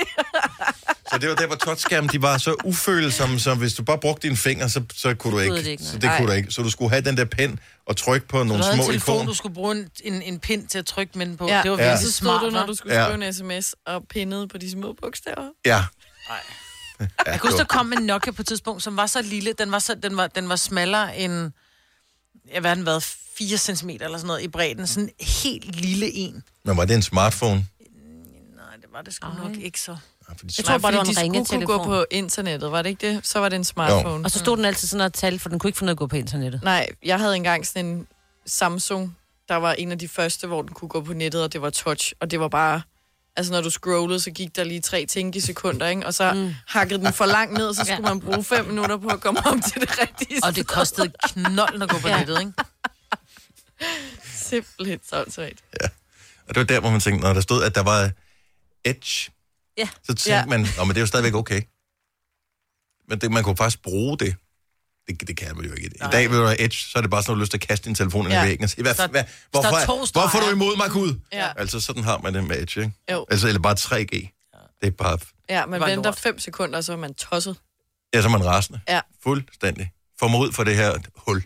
A: Så det var der, hvor touchskærmen, de var så ufølsomme, så hvis du bare brugte dine fingre, så, så kunne du ikke.
C: det ikke, nej.
A: så det kunne du ikke. Så du skulle have den der pind og trykke på
D: Du
A: nogle
D: havde en
A: små
D: telefon,
A: ikoner.
D: du skulle bruge en, en, en pind til at trykke med den på.
E: Ja.
D: Det var
A: Ja.
E: Så
D: virkelig smart,
E: stod du, når du skulle
A: Ja.
E: skrive en sms, og pinnede på de små bogstaver.
A: Ja. Ja,
D: Jeg kan huske, der kom en Nokia på et tidspunkt, som var så lille, den var, så, den var, den var smallere end, jeg hvad har den været, 4 cm eller sådan noget i bredden. Sådan en helt lille en.
A: Men var det en smartphone?
D: Nej, det var det sgu nok ikke så.
A: Ja, fordi
C: Jeg
A: smart...
C: tror bare, det var
E: fordi
C: en
E: de skulle kunne gå
C: ringetelefon.
E: på internettet, var det ikke det? Så var det en smartphone.
C: Og så stod den altid sådan og talte, for den kunne ikke få noget at gå på internettet.
E: Nej, jeg havde engang sådan en Samsung, der var en af de første, hvor den kunne gå på nettet, og det var touch, og det var bare... Altså, når du scrollede, så gik der lige tre ting i sekunder, ikke? Og så mm. hakkede den for langt ned, og så skulle man bruge fem minutter på at komme om til det rigtige
B: Og det kostede knolden at gå på nettet, ikke?
E: Simpelthen sådan
A: Og det var der, hvor man tænkte, når der stod, at der var edge,
C: Ja.
A: så tænkte ja. man, Nå, men det er jo stadigvæk okay. Men det, man kunne faktisk bruge det. Det, det kan man jo ikke. I dag vil du have edge, så er det bare sådan, at du har lyst til at kaste din telefon ind i
E: Ja.
A: væggen og sige, hvad,
E: Så-
A: hvad,
E: så
A: hvorfor,
E: er to
A: er,
E: streger.
A: hvorfor er du imod mig, Gud?
E: Ja.
A: Altså, sådan har man det med edge, ikke?
E: Jo.
A: Altså, eller bare 3G. Det er bare,
E: Ja, man
B: var
E: venter
B: lort.
E: fem sekunder, og så er man tosset.
A: ja, så er man rasende.
E: Ja.
A: Fuldstændig. Få mig ud for det her hul.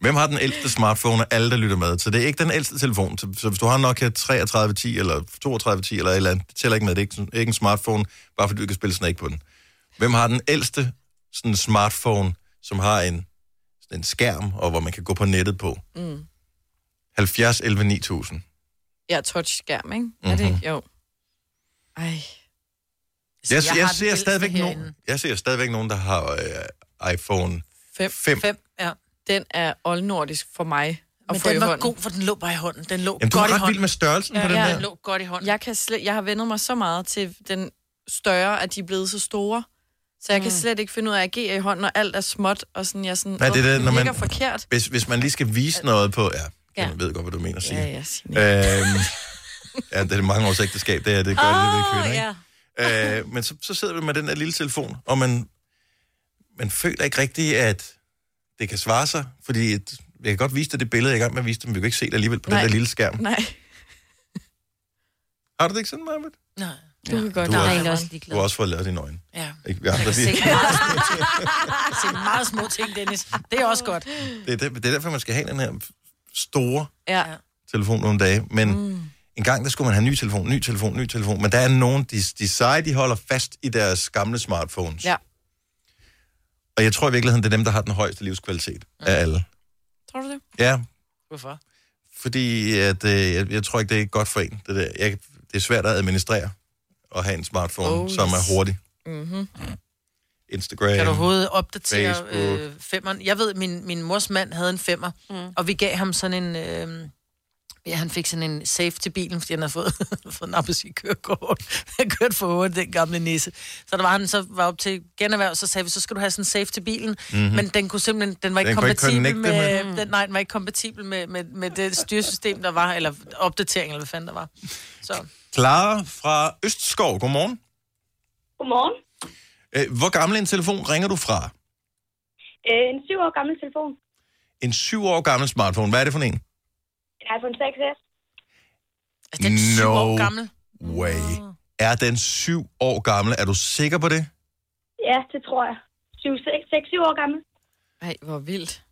A: Hvem har den ældste smartphone af alle, der lytter med? Så det er ikke den ældste telefon. Så, så hvis du har en Nokia 3310 eller 3210 eller et eller andet, det tæller ikke med. Det er ikke, sådan- ikke en smartphone, bare fordi du ikke kan spille Snake på den. Hvem har den ældste sådan smartphone, som har en, sådan en skærm, og hvor man kan gå på nettet på?
E: Mm.
A: 70 11 9000.
E: Ja, touchskærm, ikke? Mm-hmm. Er det
A: Mhm.
E: ikke? Jo. Ej. Altså,
A: Jeg, jeg,
E: jeg
A: jeg,
E: har den
A: ser
E: ældste
A: stadigvæk nogen,
E: herinde.
A: jeg ser stadigvæk nogen, der har øh, iPhone
E: Fem.
A: 5.
E: Fem, ja. Den er oldnordisk for mig.
B: Men den var god, for den lå bare i hånden. Den lå
A: Jamen, du
B: godt i
A: er ret
B: hånden.
A: vild med størrelsen ja, på den
E: ja.
A: der.
B: lå godt i hånden.
E: Jeg, kan slet, jeg har vendet mig så meget til den større, at de er blevet så store. Så jeg mm. kan slet ikke finde ud af at agere i hånden, og alt er småt, og sådan, jeg er sådan,
A: Nej, det er
E: "Åh,
A: det,
E: den
A: når man-
E: ligger forkert.
A: Hvis, hvis man lige skal vise noget på... Ja,
E: Ja.
A: ja. jeg ved godt, hvad du mener at sige.
E: Ja, ja, Signe.
A: øhm, ja, det er det mange års ægteskab, det er det gør oh, det ved kvinder, ikke?
C: ja.
A: Ja. Øh, men så, så sidder vi med den der lille telefon, og man, man føler ikke rigtigt, at det kan svare sig, fordi et, jeg kan godt vise dig det billede, jeg er i gang med at vise dig, men vi kan ikke se det alligevel på Nej.
E: Nej.
A: den der lille skærm.
E: Nej,
A: Har du det ikke sådan, Marvitt?
B: Nej.
E: du kan godt
A: Du har-
B: Jeg er også
A: Du har også fået lavet dine øjne.
B: Ja.
A: Ikke? Vi andre,
B: Jeg kan se
A: vi,
B: meget små ting. Jeg kan se meget små ting, Dennis. Det er også godt.
A: det, er der- det er derfor, man skal have den her store
E: Ja.
A: telefon nogle dage, men mm. en gang, der skulle man have ny telefon, ny telefon, ny telefon, men der er nogen, de, de seje, de holder fast i deres gamle smartphones.
E: Ja.
A: Og jeg tror i virkeligheden, det er dem, der har den højeste livskvalitet mm. af alle.
E: Tror du det?
A: Ja,
B: Hvorfor?
A: fordi at, øh, jeg, jeg tror ikke, det er godt for en. Det, der. Jeg, det er svært at administrere at have en smartphone,
B: Oh,
A: oh, som
B: yes.
A: er hurtig.
B: Mm-hmm.
A: Instagram.
B: Kan du overhovedet opdatere
A: Øhm, Facebook.
B: øh, femmeren? Jeg ved, min, min mors mand havde en femmer, mm. og vi gav ham sådan en... Øh, ja, han fik sådan en safe til bilen, fordi han havde fået, fået nappet sit kørekort. Han kørte for hurtigt, den gamle nisse. Så der var han så var op til generhverv, så sagde vi, så skal du have sådan en safe til bilen. Mm-hmm.
A: Mhm.
B: Men den kunne simpelthen, den var ikke
A: Den kunne ikke
B: kompatibel
A: connecte
B: med,
A: med-
B: med... Den, nej, den var ikke kompatibel med, med, med det styresystem, der var, eller opdatering, eller hvad fanden der var. Så.
A: Clara fra Østskov, godmorgen.
O: Godmorgen.
A: Øh, Hvor gammel en telefon ringer du fra?
O: Øh, en syv år gammel telefon.
A: En syv år gammel smartphone, hvad er det for en?
O: En iPhone 6S.
A: Er
B: den syv
A: no
B: år gammel?
A: way. Er den syv år gammel? Er du sikker på det?
O: Ja, det tror jeg. 6-7 år gammel.
E: Ej, hvor vildt.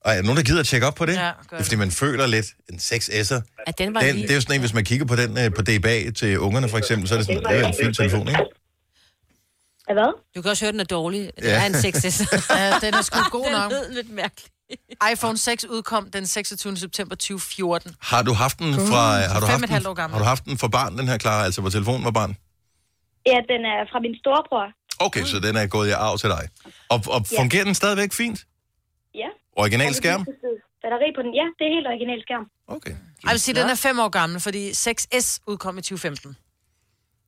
A: Og er der nogen, der gider at tjekke op på det?
O: Ja,
A: det er, fordi man føler lidt en 6S'er.
C: At den var
A: Den,
C: lige...
A: det er jo sådan en, hvis man kigger på den øh, på DBA til ungerne for eksempel, så er det sådan, det er jo en fin telefon, ikke?
O: Hvad?
C: Du kan også høre, den er dårlig. Det
A: Ja.
C: er en 6S.
B: Ja, den er sgu god nok.
C: Den lød lidt mærkelig.
B: iPhone 6 udkom den 26. september 2014.
A: Har du haft den
B: Uh,
A: fra...
B: så
A: har,
B: fem
A: du
B: og
A: haft
B: et halvt år
A: den,
B: gammel.
A: har du haft den fra barn, den her, Clara? Altså, hvor telefonen var barn?
O: Ja, den er fra min storebror.
A: Okay, så den er gået i arv til dig. Og, og
O: Ja.
A: fungerer den stadigvæk fint?
O: Ja.
A: Original skærm?
O: Batteri på den. Ja, det er helt original skærm.
A: Okay.
B: Jeg vil sige, den er 5 år gammel, fordi 6S udkom i 2015.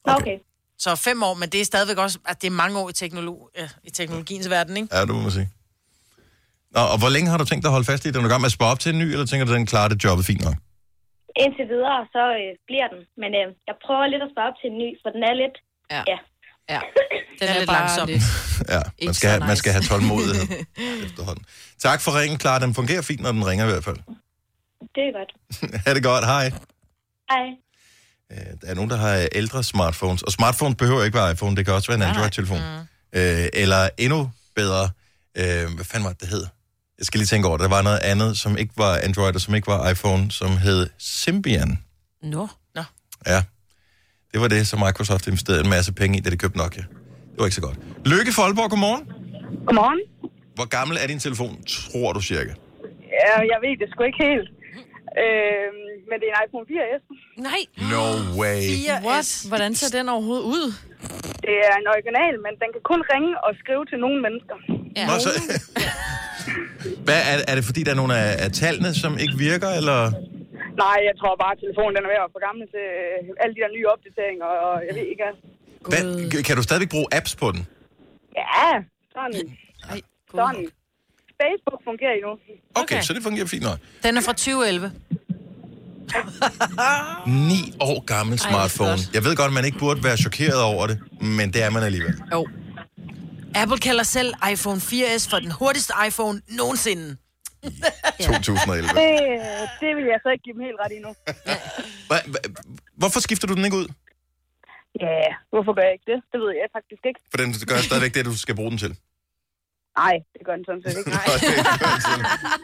O: Nå, okay.
B: Så 5 år, men det er stadigvæk også, at det er mange år i, teknolog, øh, i teknologiens verden, ikke?
A: Ja, det må man sige. Nå, og hvor længe har du tænkt dig at holde fast i den? Er du i gang med at spare op til en ny, eller tænker du, at den klarer det jobbet fint nok?
O: Indtil videre, så øh, bliver den. Men øh, jeg prøver lidt at spare op til en ny, for den er lidt...
E: Ja.
O: ja.
E: Ja.
B: Den
E: er
B: lidt
E: bare
B: langsom.
E: lidt-
A: Ja, man
E: Ikke
A: skal,
E: så
A: have, man
E: nice.
A: skal have tålmodighed efterhånden. Tak for ringen, Clara. Den fungerer fint, når den ringer i hvert fald.
O: Det er godt.
A: ha' det godt. Hej.
O: Hej.
A: Øh, Der er nogen, der har øh, ældre smartphones. Og smartphones behøver ikke være iPhone. Det kan også være en Android-telefon.
E: Mm.
A: Øh, Eller endnu bedre... øh, Hvad fanden var det, det hed? Jeg skal lige tænke over det. Der var noget andet, som ikke var Android, og som ikke var iPhone, som hed Symbian.
C: Nå. Nå.
A: Ja. Det var det, som Microsoft investerede en masse penge i, da de købte Nokia. Det var ikke så godt. Lykke Folborg, godmorgen.
P: Godmorgen.
A: Hvor gammel er din telefon, tror du cirka?
P: Ja, jeg ved det sgu ikke helt. Øh, men det er en iPhone 4S.
C: Nej.
A: No way.
E: What? Hvordan ser den overhovedet ud?
P: Det er en original, men den kan kun ringe og skrive til nogle mennesker.
A: Nå, så, Hvad, er, er det fordi, der er nogle af, af tallene, som ikke virker, eller...
P: Nej, jeg tror bare, at telefonen den er ved at være for gammel til øh, alle de der nye opdateringer, og jeg ved ikke, at...
A: Hvad, kan du stadigvæk bruge apps på den?
P: Ja, sådan. sådan. Facebook fungerer endnu.
A: Okay, okay. så det fungerer fint nok.
B: Den er fra 2011.
A: 9 år gammel
B: Ej, hvor
A: smartphone. Ej, jeg ved godt, man ikke burde være chokeret over det, men det er man alligevel.
B: Jo. Apple kalder selv iPhone 4S for den hurtigste iPhone nogensinde.
A: 2011.
P: Det, det vil jeg så ikke give dem helt ret i nu.
A: Hva, hva, hvorfor skifter du den ikke ud?
P: Ja, hvorfor gør jeg ikke det? Det ved jeg faktisk ikke.
A: For den gør stadigvæk det, du skal bruge den til.
P: Nej, det gør den sådan set ikke. Nej.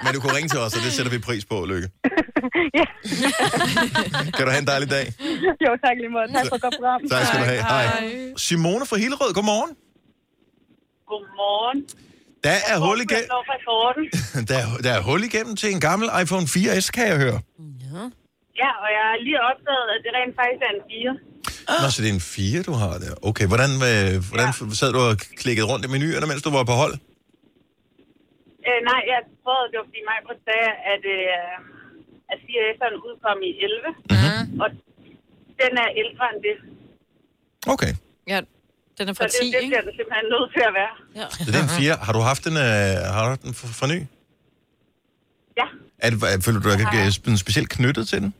A: Men du kunne ringe til os, og det sætter vi pris på, Lykke. Kan du have en dejlig dag?
P: jo, tak lige måde. Tak for godt program.
A: Tak skal du have. Hej. Simone fra Hillerød, godmorgen.
P: Godmorgen.
A: Der er hul igennem.
P: Nå, fra Torten.
A: Der, er- der er hul igennem til en gammel iPhone 4S, kan jeg høre.
P: Ja, og jeg er lige opdaget, at det rent faktisk er en 4.
A: Nå, så det er en 4, du har der. Okay, hvordan, øh, hvordan sad du og klikkede rundt i menuerne, mens du var på hold?
P: Øh, nej, jeg prøvede, det var fordi mig på sagde, at, øh, at 4S'eren udkom i 11.
E: Mhm.
P: Mm-hmm. Og den er ældre end det.
A: Okay.
E: Ja, den er fra
P: så det,
E: 10,
P: det
E: ikke?
P: bliver den simpelthen nødt til at være.
E: Ja.
A: Så det er en 4. Har du haft den, øh, har du haft den for, for ny?
P: Ja.
A: Er det, er- føler du dig ikke øh, sådan specielt knyttet til den?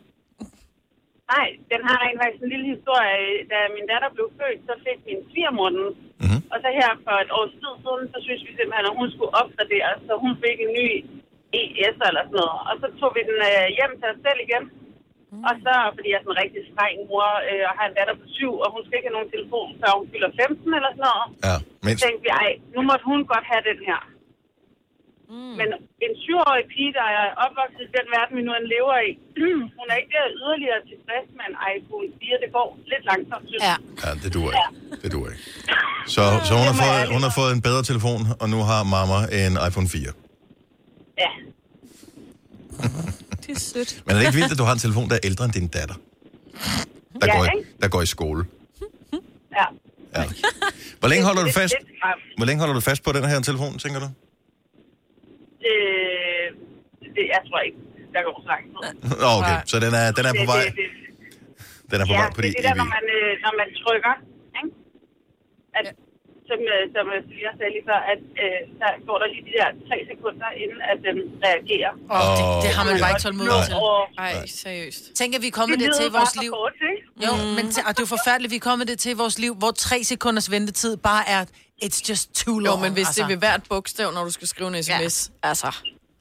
P: Nej, den har rent faktisk en lille historie. Da min datter blev født, så fik min svigermor den. Mm-hmm. Og så her for et års tid siden, så synes vi simpelthen, at hun skulle opgraderes, så hun fik en ny ES eller sådan noget. Og så tog vi den øh, hjem til os selv igen. Mm. Og så, fordi jeg er sådan en rigtig streng mor, øh, og har en datter på syv, og hun skal ikke have nogen telefon, før hun fylder 15 eller sådan noget.
A: Ja,
P: men... Så tænkte vi, ej, nu måtte hun godt have den her. Mm. Men en syvårig pige, der er opvokset i den verden, vi nu end lever i, hun er ikke yderligere tilfreds med en iPhone 4. Det går lidt langsomt, synes ja.
A: Ja, det duer ikke. Det duer ikke. Så, så hun, har fået, hun har fået en bedre telefon, og nu har mamma en iPhone 4.
P: ja.
E: Det er sødt.
A: Men er det ikke vildt, at du har en telefon, der er ældre end din datter? Der,
P: Ja,
A: går, i,
P: ikke?
A: der går i skole.
P: Ja.
A: ja. Hvor længe holder du
P: Lidt-
A: fast?
P: lidt frem.
A: Hvor længe holder du fast på den her telefon, tænker du?
P: Øh, det, jeg tror ikke, der går så lang tid.
A: Nå, okay. Så den er, den er på
P: Det-
A: vej,
P: det- det-
A: den er på
P: ja,
A: vej på
P: det
A: det
P: er det der, når
A: evige.
P: man, øh, når man trykker, ikke? At, som, øh, som øh, som jeg sagde lige før, at øh, der går der lige de der tre sekunder, inden at den reagerer.
B: Åh, oh, det, det har man bare ikke tålmodighed til.
E: Ej, seriøst.
B: Tænk, at vi er kommet
P: Det
B: det, til i
P: lyder
B: vores
P: bare
B: liv.
P: for
B: Jo, men t- og det er jo forfærdeligt, vi er kommet det til i vores liv, hvor tre sekunders ventetid bare er, it's just too long. altså.
E: Jo, men hvis det er ved hvert bogstav, når du skal skrive en sms, ja. altså...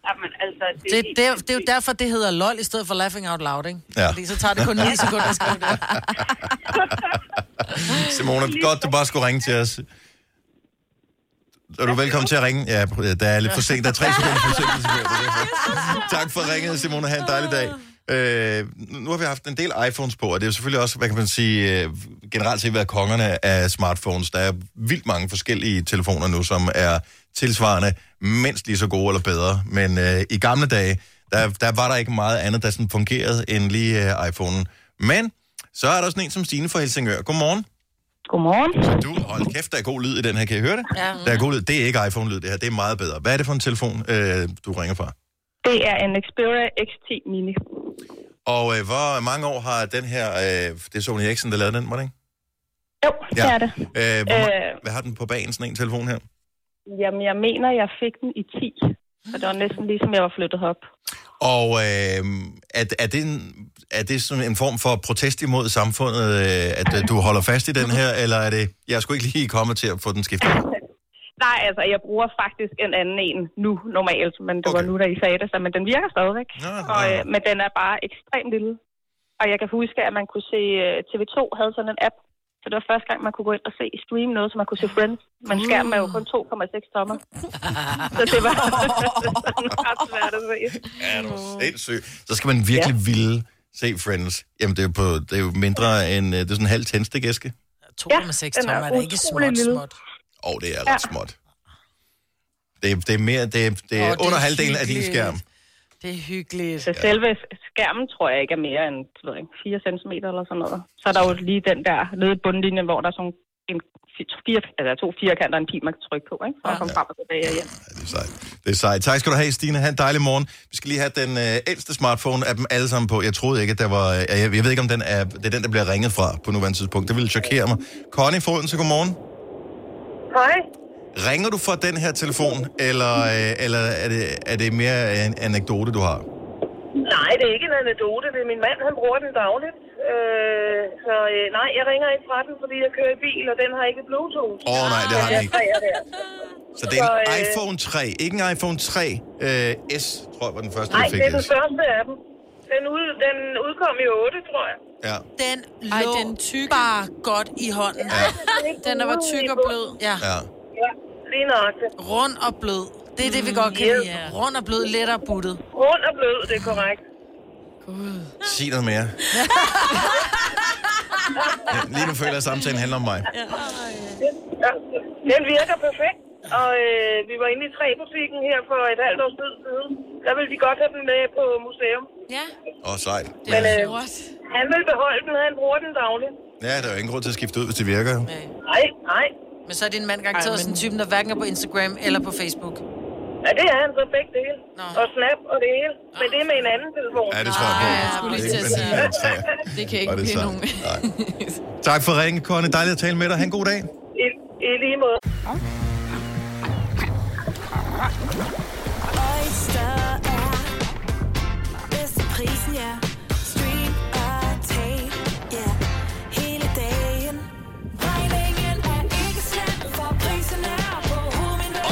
P: Jamen, altså,
B: Det, det, det, er- det er jo derfor, det hedder LOL i stedet for Laughing Out Loud, ikke?
A: Ja.
B: Fordi så tager det kun 9 sekunder at skrive det.
A: Simone, godt du bare skulle ringe til os. Er du velkommen til at ringe? Ja, der er lidt for sent. Der er tre sekunder forsinkelse. her, det er derfor. Tak for ringet, Simone. Ha' en dejlig dag. Øh, nu har vi haft en del iPhones på, og det er jo selvfølgelig også, hvad kan man sige, øh, generelt set været kongerne af smartphones. Der er vildt mange forskellige telefoner nu, som er tilsvarende mindst lige så gode eller bedre. Men øh, i gamle dage, der, der var der ikke meget andet, der sådan fungerede end lige øh, iPhonen. Men så er der sådan en som Stine fra Helsingør. Godmorgen.
Q: Godmorgen.
A: Så du, hold kæft, der er god lyd i den her. Kan I høre det?
Q: Ja.
A: Der er god lyd. Det er ikke iPhone-lyd, det her. Det er meget bedre. Hvad er det for en telefon, øh, du ringer fra?
Q: Det er en Xperia X10 Mini.
A: Og øh, hvor mange år har den her... Øh, det er Sony Ericsson, der lavede den, var det ikke?
Q: Jo, ja. det er det.
A: Øh, hvor, øh...
Q: Øh.
A: Hvad har den på bagen, sådan en telefon her?
Q: Jamen, jeg mener, jeg fik den i 10. Og det var næsten ligesom, jeg var flyttet op.
A: Og øh, er, er, det en, er det sådan en form for protest imod samfundet, øh, at øh, du holder fast i den her, eller er det... Jeg er sgu ikke lige kommet til at få den skiftet.
Q: Nej, altså, jeg bruger faktisk en anden en nu normalt, men det okay. var nu, da I sagde det, så men den virker stadigvæk.
A: Ja,
Q: og, øh, men den er bare ekstremt lille. Og jeg kan huske, at man kunne se, øh, TV2 havde sådan en app, så det var første gang, man kunne gå ind og se stream noget, så man kunne se Friends. Men skærmen er jo kun 2,6 tommer. så det var sådan ret svært at se.
A: Er du sindssyg? Så skal man virkelig ja. ville se Friends. Jamen, det er jo, på, det er jo mindre end... øh, Det er sådan en halv tændstikæske.
B: 2,6 tommer er da ikke
Q: utrolig
B: småt,
Q: lille.
B: småt.
A: Og det er
Q: Ja.
A: ret småt. Det, er- det er mere... Det, er- det er
Q: Åh, det er
A: under halvdelen af din
Q: hyggeligt.
A: skærm.
B: Det er hyggeligt.
Q: Så selve skærmen tror jeg ikke er mere end det ved jeg ikke, 4 cm eller sådan noget. Så er der jo lige den der nede i bundlinjen, hvor der er sådan en fi- fire, altså to firkanter og en pil, man kan trykke på, ikke? For at komme frem og tilbage og hjem.
A: Det er sejt. Det er sejt. Tak skal du have, Stine. Ha' en dejlig morgen. Vi skal lige have den øh, ældste smartphone af dem alle sammen på. Jeg troede ikke, at der var... Øh, jeg, jeg ved ikke, om den er, det er den, der bliver ringet fra på nuværende tidspunkt. Det ville chokere mig. Connie Foden, så godmorgen.
R: Hej.
A: Ringer du fra den her telefon, eller, øh, eller er, det, er det mere en anekdote, du har?
R: Nej, det er ikke en anekdote. Det er min mand, han bruger den dagligt. Øh, så øh, nej, jeg ringer ikke fra den, fordi jeg kører i bil, og den har ikke Bluetooth. Ah,
A: Åh, oh, nej, det har den ikke. Så det er
R: Så,
A: en
R: øh,
A: iPhone 3, ikke en iPhone 3 øh, S, tror jeg var den første,
R: Nej,
A: du fik.
R: det er
A: Jes.
R: den første af dem. Den, ud, den udkom i 8, tror jeg.
A: Ja.
B: Den lå Ej, den tykke. bare godt i hånden.
A: Ja.
B: Den der var tyk og blød. Ja.
A: ja.
R: Ja, lige nok.
B: Rund og blød. Det er det, vi godt kan
R: Yes.
B: lide. Rund og blød, let og buttet.
R: Rund og blød, det er korrekt.
A: Sig noget mere. Ja, Lige nu føler jeg, at samtalen handler om mig.
R: Ja, den virker perfekt. Og øh, vi var inde i træbutikken her for et halvt års tid siden. Der ville de godt have den med på museum.
B: Ja.
A: Åh, sejt.
R: Men øh, han vil beholde den, og han bruger den dagligt.
A: Ja, der er jo ingen grund til at skifte ud, hvis det virker. jo.
R: Nej, nej.
B: Men så er din mand garanteret
R: Ej, men-
B: sådan en type, der hverken er på Instagram eller på Facebook.
R: Ja, det er han så begge dele. Og Snap og det hele. Men det er med en anden telefon.
A: Ja, det tror jeg på.
R: Nej,
A: jeg skulle lige til at Men det er sige. en træer.
E: Det kan
A: Og
E: ikke
A: det
E: blive
A: er
E: nogen.
A: Tak for ringen, Connie. Dejligt at tale med dig. Ha' en god dag.
R: I, I lige måde.
K: Oyster er bedst til prisen, ja. Stream og tag, ja. Hele dagen. Regningen er ikke slem, for prisen er på hovedet.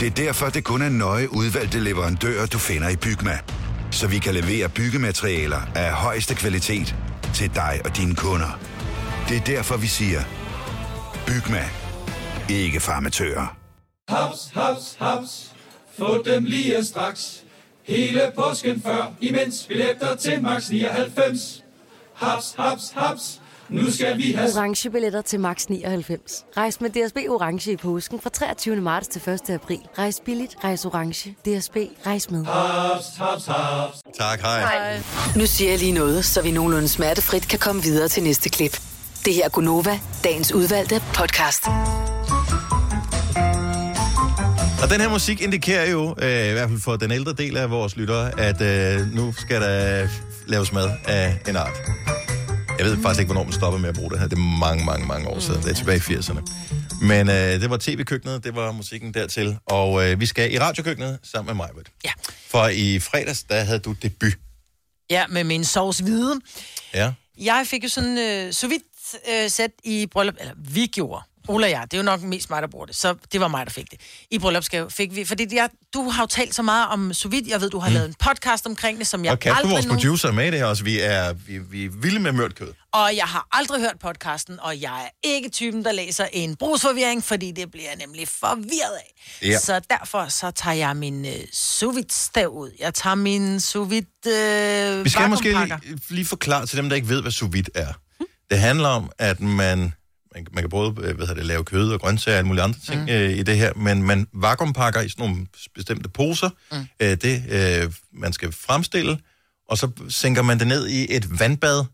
J: Det er derfor, det kun er nøje udvalgte leverandører, du finder i Bygma. Så vi kan levere byggematerialer af højeste kvalitet til dig og dine kunder. Det er derfor, vi siger, Bygma. Ikke farmatører.
S: Haps, haps, haps. Få dem lige straks. Hele påsken før, imens billetter til max 99. Haps, haps, haps. Nu skal vi have...
G: orange billetter til max 99. Rejs med DSB orange i påsken fra 23. marts til 1. april. Rejs billigt, rejs orange. DSB rejs med.
S: Haps, haps, haps.
A: Tak, hej.
F: Hej. Nu siger jeg lige noget, så vi nogenlunde smertefrit kan komme videre til næste klip. Det her er Gunova, dagens udvalgte podcast.
A: Og den her musik indikerer jo, øh, i hvert fald for den ældre del af vores lyttere, at øh, nu skal der laves mad af en art. Jeg ved faktisk ikke, hvornår man stopper med at bruge det her. Det er mange, mange, mange år siden. Det er tilbage i 80'erne. Men øh, det var tv-køkkenet, det var musikken dertil. Og øh, vi skal i radiokøkkenet sammen med mig.
B: Ja.
A: For i fredags, der havde du debut.
B: Ja, med min sovs viden.
A: Ja.
B: Jeg fik jo sådan øh, sous vide øh, sæt i bryllup, eller vi gjorde. Ola og jeg, det er jo nok mest mig, der bruger det, så det var mig, der fik det. I bryllupsgave fik vi, fordi jeg, du har jo talt så meget om sous vide. Jeg ved, du har mm. lavet en podcast omkring det, som jeg
A: og Kasper,
B: aldrig
A: vores
B: nogen-
A: producer, er med i det her også. Vi er, vi, vi er vilde med mørt kød.
B: Og jeg har aldrig hørt podcasten, og jeg er ikke typen, der læser en brugsforvirring, fordi det bliver jeg nemlig forvirret af.
K: Ja.
B: Så derfor så tager jeg min øh, sous vide stav ud. Jeg tager min sous vide øh,
A: Vi skal måske
B: vakuumpakker.
A: lige, lige forklare til dem, der ikke ved, hvad sous vide er. Det handler om, at man, man, man kan både øh, hvad hedder det, lave kød og grøntsager og alle mulige andre ting mm. øh, i det her, men man vakuumpakker i sådan nogle bestemte poser, mm. øh, det øh, man skal fremstille, og så sænker man det ned i et vandbad,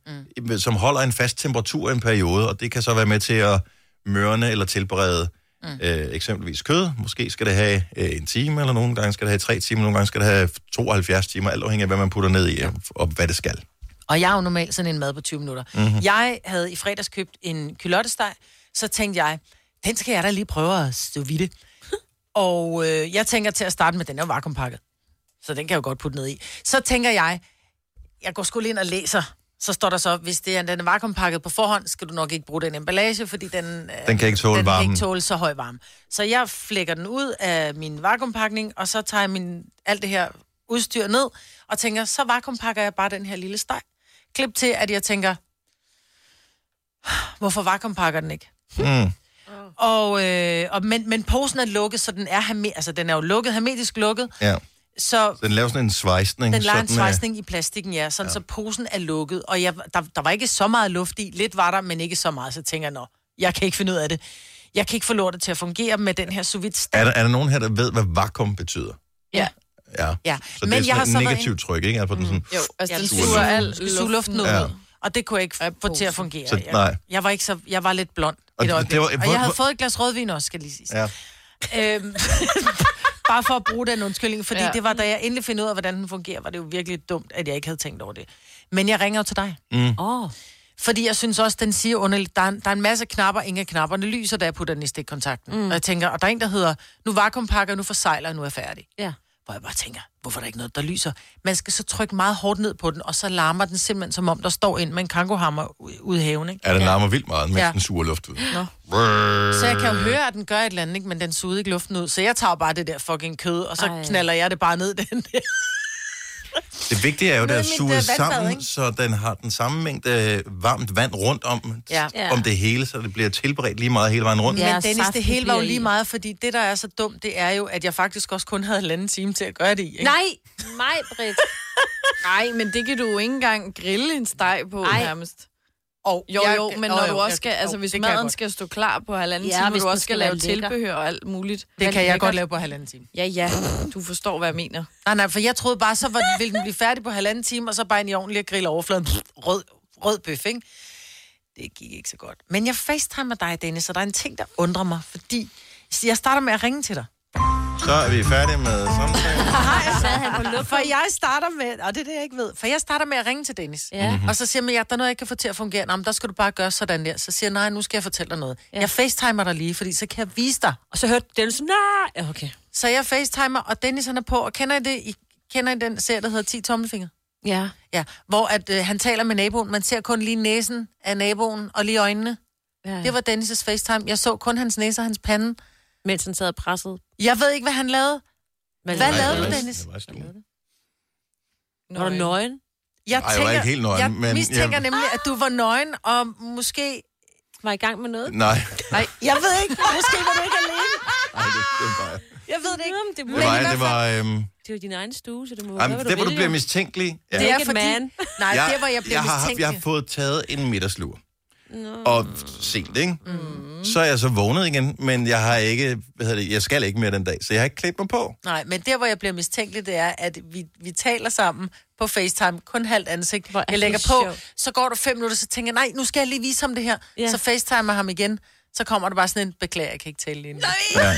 A: mm. som holder en fast temperatur i en periode, og det kan så være med til at mørne eller tilberede mm. øh, eksempelvis kød. Måske skal det have øh, en time, eller nogle gange skal det have tre timer, nogle gange skal det have 72 timer, alt afhængig af, hvad man putter ned i, og, og hvad det skal.
B: Og jeg er jo normalt sådan en mad på 20 minutter.
A: Mhm.
B: Mm-hmm. Jeg havde i fredags købt en kylottesteg, så tænkte jeg, den skal jeg da lige prøve at stå vidde. Og øh, jeg tænker til at starte med, den er jo vakuumpakket, så den kan jeg jo godt putte ned i. Så tænker jeg, jeg går sgu lige ind og læser. Så står der så, hvis det er, den er vakuumpakket på forhånd, skal du nok ikke bruge den emballage, fordi den, øh,
A: Den kan ikke tåle
B: den Kan
A: varmen.
B: ikke tåle så høj varme. Så jeg flækker den ud af min vakuumpakning, og så tager jeg min, alt det her udstyr ned, og tænker, så vakuumpakker jeg bare den her lille steg. Klip til, at jeg tænker, hvorfor vakuumpakker den ikke?
A: Mm.
B: Og, øh, og men, men posen er lukket, så den er, herme, altså, den er jo lukket, hermetisk lukket.
A: Ja.
B: Så
A: Så den laver sådan en svejsning.
B: Den lager en
A: sådan, øh,
B: svejsning i plastikken, ja, sådan ja. så posen er lukket. Og jeg, der, der var ikke så meget luft i. Lidt var der, men ikke så meget. Så jeg tænker jeg, nå, jeg kan ikke finde ud af det. Jeg kan ikke få lortet til at fungere med den her sous vide
A: Er der, er der nogen her, der ved, hvad vakuum betyder?
B: Ja.
A: Ja.
B: Ja,
A: Så det
B: men
A: er
B: jeg har
A: sådan
B: så været Mm.
A: et negativt tryk, ikke? Er på den sådan,
E: Jo, altså
B: Ja,
E: den
B: du
A: suger
E: suger
A: al
E: al
B: Du suger luften ud.
A: Ja.
B: Ja. Og det kunne jeg ikke få til at fungere.
A: Så
B: Jeg-
A: nej.
B: Jeg var ikke så, jeg var lidt blond.
A: Og
B: Et
A: det-
B: øjeblik.
A: det var-
B: og
A: hvor-
B: jeg havde
A: hvor-
B: fået et glas rødvin også, skal jeg lige sige.
A: Ja.
B: Øhm, bare for at bruge den undskyldning, fordi
D: Ja.
B: ja. det var, da jeg endelig finder ud af, hvordan den fungerer, var det jo virkelig dumt, at jeg ikke havde tænkt over det. Men jeg ringer jo til dig.
D: Mm.
B: Oh. Fordi jeg synes også, den siger underligt, der er, en- der er en masse knapper, ingen af knapperne lyser, da jeg putter den i stikkontakten. Mm. Og jeg tænker, og der er en, der hedder, nu vakuumpakker, nu forsejler, nu er jeg færdig.
C: Ja.
B: Hvor jeg bare tænker, hvorfor er der ikke noget, der lyser? Man skal så trykke meget hårdt ned på den, og så larmer den simpelthen, som om der står ind med en kangohammer u- ude i haven. Ikke?
A: Ja, den larmer vildt meget, mens
B: Ja.
A: ja. den suger luft ud.
B: Nå.
A: Brrr.
B: Så jeg kan jo høre, at den gør et eller andet, ikke? men den suger ikke luften ud. Så jeg tager jo bare det der fucking kød, og så
A: Ej.
B: Ej. knaller jeg det bare ned den der.
A: Det vigtige er jo, at det
B: Ned
A: er
B: i mit,
A: suget
B: øh, vandfad,
A: sammen,
B: ikke?
A: så den har den samme mængde øh, varmt vand rundt om,
B: Ja.
A: ja. om det hele, så det bliver tilberedt lige meget hele vejen rundt.
B: Men Dennis, det
C: saften
B: hele var jo
C: bliver i.
B: lige meget, fordi det, der er så dumt, det er jo, at jeg faktisk også kun havde en anden time til at gøre det i. Ikke?
C: Nej, mig, Britt.
E: Nej, men det kan du jo ikke engang grille en steg på Ej. nærmest.
B: Og
E: jo,
B: jeg-
E: jo, men
B: jo,
E: når
B: jo,
E: du
B: jeg-
E: også skal, altså
B: jo,
E: hvis
B: det kan jeg
E: maden
B: godt.
E: skal stå klar på halvanden
B: Ja,
E: time,
B: hvis
E: hvor du
B: den
E: også
B: skal
E: skal
B: være
E: lave
B: lækker.
E: tilbehør og alt muligt.
B: Det
E: Hvad
B: kan jeg
E: lækkert.
B: godt lave på halvanden time.
E: Ja, ja, du forstår, hvad jeg mener.
B: Nej, nej, for jeg troede bare, så var, ville den blive færdig på halvanden time, og så bare ind i ovnen lige at grille overfladen. Pff, Rød, rød bøf, ikke? Det gik ikke så godt. Men jeg facetimer dig, Dennis, og der er en ting, der undrer mig, fordi jeg starter med at ringe til dig.
A: Så er vi færdige med samtalen.
B: Ah, For jeg starter med, og det er det, jeg ikke ved, for jeg starter med at ringe til Dennis.
A: Ja.
B: Ja.
A: Mhm.
B: Og så siger man, ja, der er noget, jeg ikke kan få til at fungere. Nå, men der skal du bare gøre sådan der. Så siger jeg, nej, nu skal jeg fortælle dig noget. Ja. Jeg facetimer dig lige, fordi så kan jeg vise dig.
C: Og så hørte Dennis, nej, Ja, okay.
B: Så jeg facetimer, og Dennis han er på, og kender I det? I kender I den serie, der hedder 10 tommelfinger?
C: Ja.
B: Ja, hvor at, øh, han taler med naboen. Man ser kun lige næsen af naboen og lige øjnene.
C: Ja.
B: Det var Dennis' facetime. Jeg så kun hans næse og hans pande.
C: Mens han sad og pressede.
B: Jeg ved ikke, hvad han lavede.
C: Men
B: hvad
C: Nej,
B: lavede
C: det
B: du,
C: var-
B: Dennis?
C: Var du nøgen?
B: Jeg
A: Nej, jeg var ikke helt nøgen,
B: jeg
A: men jeg-
B: mistænker nemlig, at du var nøgen, og måske...
C: Var i gang med noget?
A: Nej,
B: Nej, jeg ved ikke. Måske var du ikke alene.
A: Ej, det, det var jeg.
B: Jeg ved det ikke.
C: det,
A: Det var, jeg, det var, øhm,
C: det var din egen stue, så det må
A: jamen, det, hvor du bliver mistænkelig.
C: Ja. Det er fordi... Man.
B: Nej,
A: jeg,
B: det var jeg blev
A: jeg har,
B: mistænkelig.
A: jeg har fået taget en middagslur. Og sent, ikke? Mm. Så er jeg så vågnet igen, men jeg har ikke, hvad hedder det, jeg skal ikke mere den dag, så jeg har ikke klædt mig på.
B: Nej, men der, hvor jeg bliver mistænkelig, det er, at vi, vi taler sammen på FaceTime, kun halvt ansigt. Hvor jeg
C: det
B: lægger på,
C: sjovt.
B: så går der fem minutter, så tænker jeg, nej, nu skal jeg lige vise ham det her. Yeah. Så FaceTimer ham igen, så kommer der bare sådan en, beklager, jeg kan ikke tale lige nu.
A: Ja.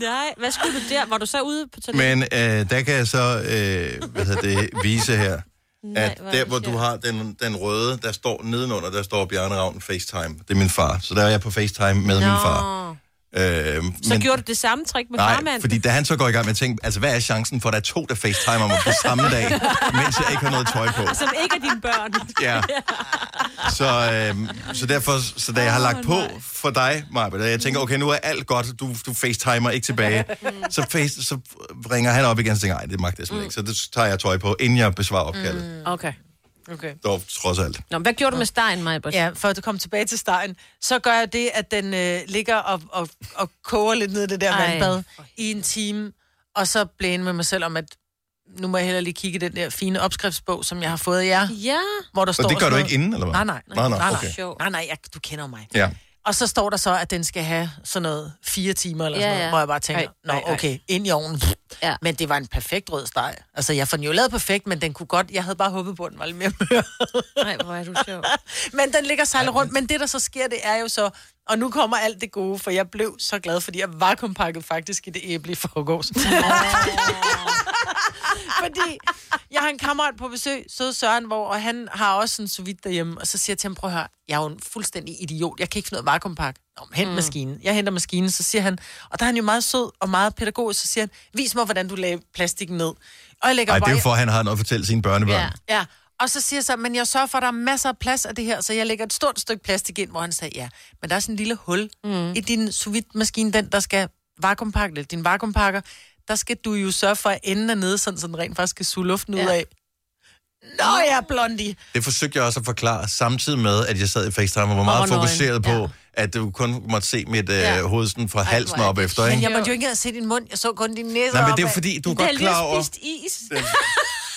C: Nej, hvad skulle du der? Var du så ude på toilettet?
A: Men øh, der kan jeg så, øh, hvad hedder det, vise her, at
C: hvor er
A: der,
C: det
A: hvor du
C: sjovt.
A: har den, den røde, der står nedenunder, der står Bjarne Ravn FaceTime. Det er min far, så der er jeg på FaceTime med min far. Øh,
C: Så men... gjorde du det samme trick med
A: Nej,
C: farmand?
A: fordi da han så går i gang med at tænke, altså hvad er chancen for, at der er to, der facetimer mig på samme dag, mens jeg ikke har noget tøj på?
C: Og
T: Altså-
C: som ikke er dine børn.
A: Ja. Så, øh, så derfor, så da jeg har lagt på for dig, Marbet, og jeg tænker, okay, nu er alt godt, du, du facetimer ikke tilbage, så, face, så ringer han op igen og tænker, nej, det magter jeg simpelthen ikke, så det tager jeg tøj på, inden jeg besvarer opkaldet. Mm.
C: Okay.
B: Okay.
A: Dog, trods alt.
C: Nå, men hvad gjorde du med stegen, Maja?
B: Ja, for at komme tilbage til stegen, så gør jeg det, at den øh, ligger og, og, og koger lidt ned i det der
C: Ej,
B: Ej. vandbad i en time, og så blev jeg enig med mig selv om, at nu må jeg hellere lige kigge i den der fine opskriftsbog, som jeg har fået af jer.
C: Ja.
B: Hvor der
A: Og
B: står
A: det gør
B: sådan
A: du
B: noget-
A: ikke inden, eller hvad?
B: Nej, nej.
A: Nej, nej,
B: nej, nej.
A: okay.
B: Sjovt. nej, nej jeg, du kender jo mig.
A: Ja.
B: Og så står der så, at den skal have sådan noget fire timer eller
C: Ja,
B: sådan noget,
C: ja.
B: hvor jeg bare tænker,
C: Ej,
B: nå
C: ej, ej."
B: okay, ind i ovnen.
C: Ja.
B: Men det var en perfekt rød steg. Altså, jeg får den jo lavet perfekt, men den kunne godt, jeg havde bare håbet på, at den var lidt mere mør.
C: Nej, hvor er du sjov.
B: men den ligger sejlet rundt, men det der så sker, det er jo så, og nu kommer alt det gode, for jeg blev så glad, fordi jeg var kompakket faktisk i det æble i forgårs. Fordi jeg har en kammerat på besøg, søde Søren, hvor og han har også en sous vide derhjemme, og så siger jeg til ham, prøv at høre, jeg er jo en fuldstændig idiot, jeg kan ikke finde noget vakuumpak. Nå, men hent mm.
C: Mm.
B: maskinen. Jeg henter maskinen, så siger han, og der er han jo meget sød og meget pædagogisk, så siger han, vis mig, hvordan du lagde plastikken ned. Og jeg lægger
A: Ej,
B: bare...
A: det er jo for, at han har noget at fortælle sine børnebørn. Ja.
B: Ja. ja. Og så siger jeg så, men jeg sørger for, at der er masser af plads af det her, så jeg lægger et stort stykke plastik ind, hvor han sagde, ja, men der er sådan en lille hul mm. i din sous vide maskine, den der skal vakuumpakke, eller din vakuumpakker, der skal du jo sørge for, at enden er nede, sådan, så den rent faktisk skal suge luften ja. ud af. Nå ja, blondie!
A: Det forsøgte jeg også at forklare, samtidig med, at jeg sad i FaceTime og var
B: Og
A: meget
B: var nøgen.
A: fokuseret på, at du kun måtte se mit øh,
B: Ja.
A: hoved sådan fra halsen op efter, ikke?
B: Men jeg måtte jo ikke engang se din mund. Jeg så kun din næse
A: Nej, men det
B: opad.
A: er jo fordi, du er Det godt er lige klar over- spist
C: is.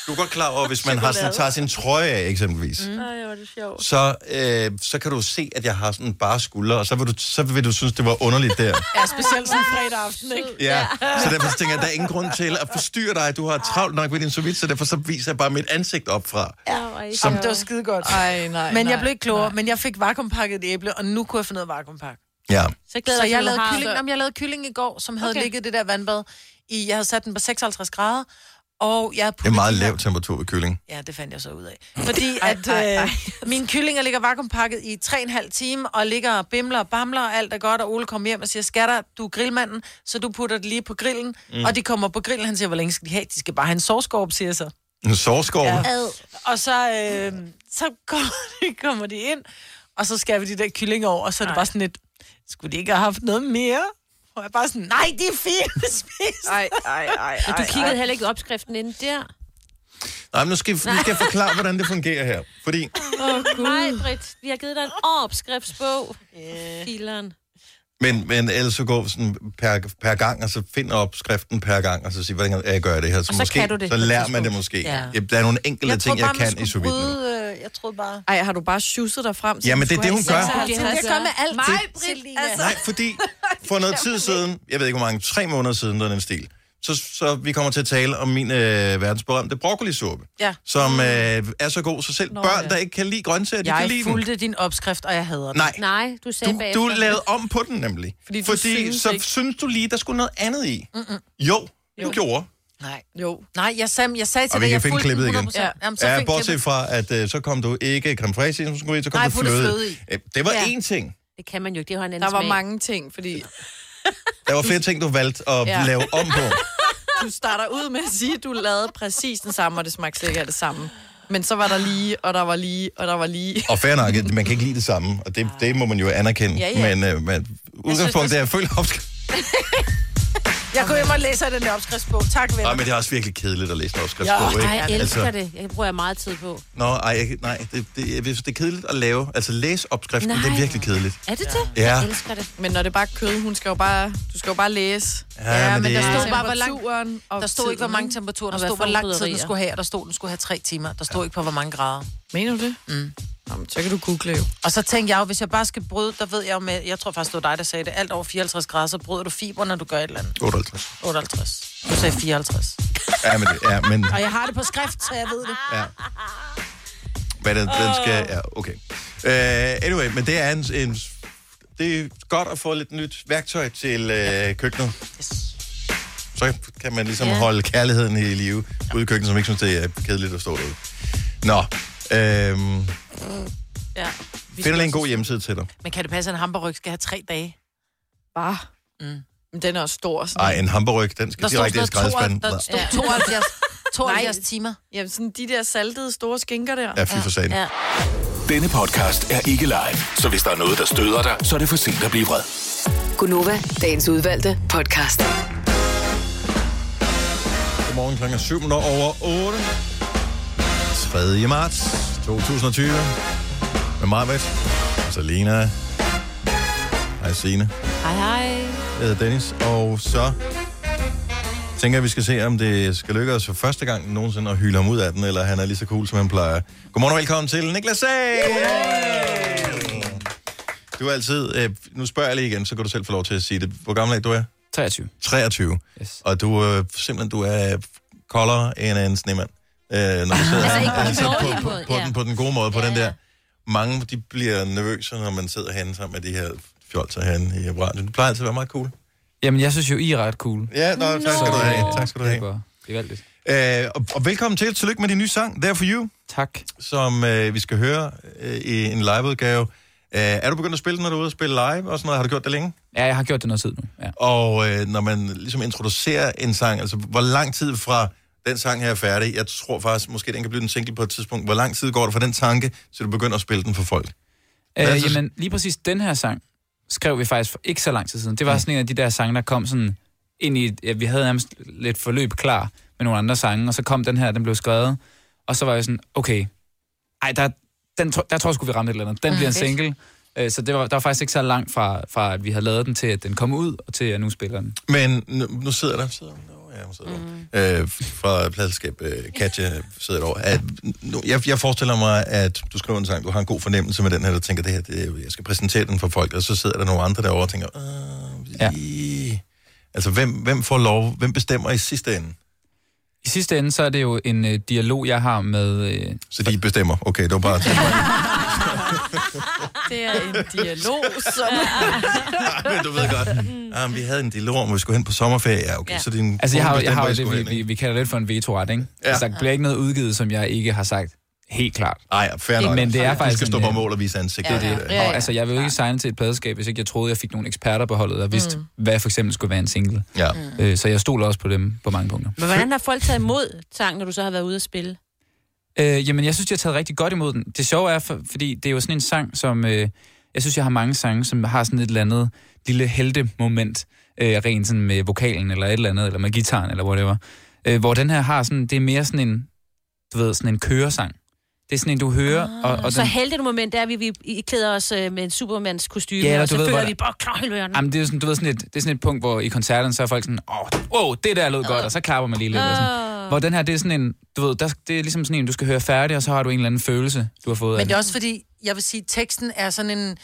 A: Du er godt klar over, hvis man har sådan,
B: Chokolade.
A: tager sin trøje af, eksempelvis. Mm.
C: Ej, hvor er det sjovt.
A: Så, øh, så kan du se, at jeg har sådan bare skuldre, og så vil du, så vil du synes, det var underligt der.
B: Ja, specielt sådan fredag aften, ikke?
A: Ja, så derfor så tænker jeg, at der er ingen grund til at forstyrre dig. Du har travlt nok med din sous vide, så derfor så viser jeg bare mit ansigt opfra.
C: Ja,
A: Som-
B: Som... Det var skide godt.
E: Ej, nej,
B: men jeg
E: nej,
B: blev ikke klogere, men jeg fik vakuumpakket et æble, og nu kunne jeg finde noget vakuumpakke.
A: Ja.
B: Så,
D: glæder
B: så
D: jeg mig,
B: jeg,
D: du
B: lavede
D: har-
B: kylling, jamen, jeg lavede kylling i går, som havde
D: Okay.
B: okay. ligget i det der vandbad. I, jeg havde sat den på 56 grader, og jeg
A: Det er meget lav temperatur ved kylling.
B: Ja, det fandt jeg så ud af. Fordi
D: Ej,
B: at
D: ej,
B: øh,
D: ej.
B: mine kyllinger ligger vakuumpakket i 3,5 time, og ligger og bimler og bamler, og alt er godt, og Ole kommer hjem og siger, skatter, du er grillmanden, så du putter det lige på grillen,
A: Mm.
B: mm. og de kommer på grillen, han siger, hvor længe skal de have? De skal bare have en sovskorp, siger jeg så.
A: En sårskov. Ja.
B: Og så, øh, så kommer, de, kommer de ind, og så skærer vi de der kyllinger over, og så er det bare sådan lidt, skulle de ikke have haft noget mere? Og jeg er bare sådan, nej, det er fint, spis.
E: Ej, ej, ej,
C: Og du kiggede heller ikke i opskriften inden der.
A: Nej, men nu skal, nu skal jeg forklare, hvordan det fungerer her. Fordi
C: Åh, oh, Gud. Nej, Britt, vi har givet dig en opskriftsbog. Yeah. Fileren.
A: Men, men ellers så gå sådan per, per gang, og så find opskriften per gang, og så sige, hvordan jeg gør jeg det her. Så,
B: Og så
A: måske,
B: kan du det
A: så
B: på et
A: lærer man
B: tidspunkt.
A: det måske.
B: Ja.
A: Ja. Der er nogle enkelte
B: Jeg tror
A: ting, jeg
B: bare, man
A: kan i sous
B: skulle
A: vide nu.
B: bryde, øh, jeg troede bare... Altså-
E: Ej, har du bare sjusset dig frem til...
A: Jamen, det er det, hun gør.
B: Jeg gør med alt.
E: Mig,
B: Selina.
E: altså.
A: Nej, fordi for noget tid siden, jeg ved ikke hvor mange, tre måneder siden, der er den stil, så, så vi kommer til at tale om min øh, verdensberømte broccolisuppe,
B: Ja.
A: som øh, er så god, så selv Nå, børn, der ikke kan lide grøntsager, de kan
B: Mm. Jeg
A: lide den.
B: fulgte din opskrift, og jeg hader den.
A: Nej.
C: Nej, du sagde
A: Du, du lavede om på den nemlig.
B: Fordi
A: Fordi, du
B: du
A: Fordi
B: synes
A: så
B: ikke-
A: synes du lige, der skulle noget andet i.
B: Mm-mm.
A: Jo, du
B: Jo.
A: gjorde.
B: Nej. Jo. Nej, jeg sagde, jeg sagde til
A: Og vi
B: dig,
A: kan
B: jeg
A: finde
B: fulgte
A: klippet
B: Altså, den
A: igen.
B: 100%. Jamen, så
A: ja,
B: find
A: bortset
B: klippet.
A: fra, at øh, så kom du ikke creme fraiche, som skulle i, så kom
B: Nej,
A: der
B: jeg puttede
A: fløde.
B: fløde i.
A: Øh, Det var
B: Ja.
A: én ting.
C: Det kan man jo ikke, det har en anden
E: Der var
C: smag.
E: mange ting, fordi
A: Der var flere ting, du valgte at ja.
E: Ja.
A: lave om på.
E: du starter ud med at sige, at du lavede præcis den samme, og det smagte slet ikke af det samme. Men så var der lige, og der var lige, og der var lige.
A: Og fair nok, at man kan ikke lide det samme, og det, det må man jo anerkende.
E: Ja, ja.
A: Men, øh, men udgangspunktet er, at følge opskriften.
B: Jeg går hjem og læser den der opskriftsbog. Tak, venner.
A: Nej, men det er også virkelig kedeligt at læse en
C: Ja,
A: opskriftsbog,
C: ej, jeg elsker altså... det. Jeg bruger jeg meget tid på.
A: Nå, ej, jeg, nej, det, det, jeg synes, det er kedeligt at lave. Altså, læse opskriften,
E: Nej.
A: det er virkelig kedeligt.
C: Er det det?
A: Ja. Jeg
C: elsker det.
E: Men når det er bare kød, hun skal jo bare, du skal jo bare læse.
A: Ja, Ja, men men det-
B: Der stod bare, hvor
E: Temperaturen
B: lang,
E: og
B: der stod ikke, hvor
E: tiden,
B: mange
E: ikke?
B: temperaturer, der
E: Og hvad
B: stod, hvor lang tid den
E: forberederier.
B: skulle have, og der stod, den skulle have tre timer. Der stod ikke på, hvor mange grader.
E: Mener du det?
B: Mm.
E: Jamen, så kan du google jo.
B: Og så tænkte jeg jo, hvis jeg bare skal bryde, der ved jeg jo med, jeg tror faktisk, det var dig, der sagde det, alt over 54 grader, så bryder du fiber, når du gør et eller andet.
A: 58.
B: 58. Du sagde 54.
A: Ja, men, det- ja, men
B: Og jeg har det på skrift, så jeg ved det.
A: Ja. Hvad den, den skal... Ja, okay. Uh, anyway, men det er en, en... Det er godt at få lidt nyt værktøj til uh, køkkenet. Så kan man ligesom
U: Ja.
A: holde kærligheden i live ude i køkkenet, som ikke synes, det er kedeligt at stå derude. Nå, øhm,
B: Ja. Vi
A: finder lige en
B: skal-
A: god hjemmeside til dig.
B: Men kan det passe, at en hamburg skal have tre dage?
E: Bare.
B: Mm.
E: Men den er også stor. Sådan.
A: Ej, en hamburg, den skal
B: Der stod
A: direkte i
B: sådan noget
A: skraldespanden.
B: toer- der stod 72 72 timer.
E: Jamen, sådan de der saltede store skinker der.
V: Ja, fy for satan.
E: Ja.
V: Denne podcast er ikke live, så hvis der er noget, der støder dig, så er det for sent at blive vred.
F: Gunova, dagens udvalgte podcast.
A: Godmorgen klokken er 7 minutter over 8. 3. marts 2020. Med mig, og så Lena. Hej, Signe.
C: Hej, hej.
A: Jeg hedder Dennis, og så tænker jeg, vi skal se, om det skal lykkes os for første gang nogensinde at hylde ham ud af den, eller han er lige så cool, som han plejer. Godmorgen og velkommen til Niklas Sager! Du er altid... Øh, nu spørger jeg lige igen, så kan du selv få lov til at sige det. Hvor gammel er du er?
T: 23.
A: 23. Yes. Og du er øh, simpelthen du er koldere end en snemand. Øh, når du sidder
T: Altså, ikke
A: her,
T: på den
A: på,
T: dårlige
A: på,
T: måde,
A: på,
T: ja.
A: den, på den gode måde, på den der. Mange de bliver nervøse, når man sidder herinde sammen med de her fjolser herinde i radioen. Det plejer altid at være meget cool.
T: Jamen, jeg synes jo, I er ret cool. øh,
A: Ja, nå, tak skal du have. Tak skal du have.
T: Det er valgt.
A: Øh, og, og velkommen til. Tillykke med din nye sang, There For You.
T: Tak.
A: Som øh, vi skal høre øh, i en liveudgave. Øh, er du begyndt at spille den, når du er ude og spille live og sådan noget? Har du gjort det længe?
T: Ja, jeg har gjort det noget tid nu. Ja.
A: Og øh, når man ligesom introducerer en sang, altså hvor lang tid fra den sang her er færdig, jeg tror faktisk, måske den kan blive en single på et tidspunkt, hvor lang tid går der fra den tanke, til du begynder at spille den for folk? Hvad er
T: Øh,
A: det så-
T: jamen, lige præcis den her sang skrev vi faktisk for ikke så lang tid siden. Det var sådan en af de der sange, der kom sådan ind i... et- Ja, vi havde nærmest lidt forløb klar med nogle andre sange, og så kom den her, den blev skrevet. Og så var jeg sådan, okay, ej, der, den, tro- der tror jeg sgu, vi ramte et eller andet. Den
A: Mm,
T: bliver en
A: fedt.
T: single. Øh, Så det var, der var faktisk ikke så langt fra, fra, at vi havde lavet den, til at den kom ud, og til at nu spiller den.
A: Men nu, nu sidder der, sidder hun derovre? Ja, hun sidder
T: Mm.
A: derovre. øh, fra pladselskab øh, Katja sidder derovre. At, nu, jeg, jeg forestiller mig, at du skriver en sang, du har en god fornemmelse med den her, der tænker, det her, det, jeg skal præsentere den for folk, og så sidder der nogle andre derovre og tænker, øh, ja. altså hvem, hvem får lov, hvem bestemmer i sidste ende?
T: I sidste ende, så er det jo en øh, dialog, jeg har med... Øh,
A: så de bestemmer? Okay, det var bare...
E: Det er en dialog, som...
A: Men du ved godt, ah, vi havde en dialog om, at vi skulle hen på sommerferie. Ja, okay, ja. så din
T: altså, jeg har,
A: kone
T: jo-
A: bestemmer,
T: jeg har
A: I
T: jo
A: skulle
T: det, vi,
A: hen,
T: vi, vi kalder det for en vetoret, ikke? Ja. Altså, der bliver ikke noget udgivet, som jeg ikke har sagt. Helt klart.
A: Nej, fair nok.
T: Men det er
A: Du
T: faktisk...
A: skal stå
T: en,
A: på
T: øh,
A: mål og vise ansigt.
T: Det er
A: Ja,
T: det.
A: ja, ja.
T: Og, altså, jeg vil jo ikke signe til et pladeskab, hvis ikke jeg troede, jeg fik nogle eksperter på holdet, og vidste, mm. hvad for eksempel skulle være en single.
A: Ja.
T: Øh, så jeg stoler også på dem på mange punkter.
C: Men hvordan har folk taget imod sang, når du så har været ude at spille?
T: Øh, jamen, jeg synes, de har taget rigtig godt imod den. Det sjove er, for, fordi det er jo sådan en sang, som... Øh, jeg synes, jeg har mange sange, som har sådan et eller andet lille heltemoment, øh, rent sådan med vokalen eller et eller andet, eller med gitaren eller whatever. Øh, hvor den her har sådan... Det er mere sådan en... Du ved, sådan en køresang. Det er sådan en, du hører, ah, og, og den...
C: så hele det moment er, at vi, vi I klæder os øh, med en supermands kostume,
T: Ja, eller
C: og så
T: du ved,
C: føler
T: hvor-
C: vi bare knoglehørende.
T: Jamen, det er jo sådan, du ved, sådan et, det er sådan et punkt, hvor i koncerten, så er folk sådan, åh, oh, wow, det der lød godt, og så klapper man lige lidt. Uh. Sådan.
B: Ah.
T: Hvor den her, det er sådan en, du ved, der, det er ligesom sådan en, du skal høre færdig, og så har du en eller anden følelse, du har fået af
B: Men det er også fordi, jeg vil sige, teksten er sådan en...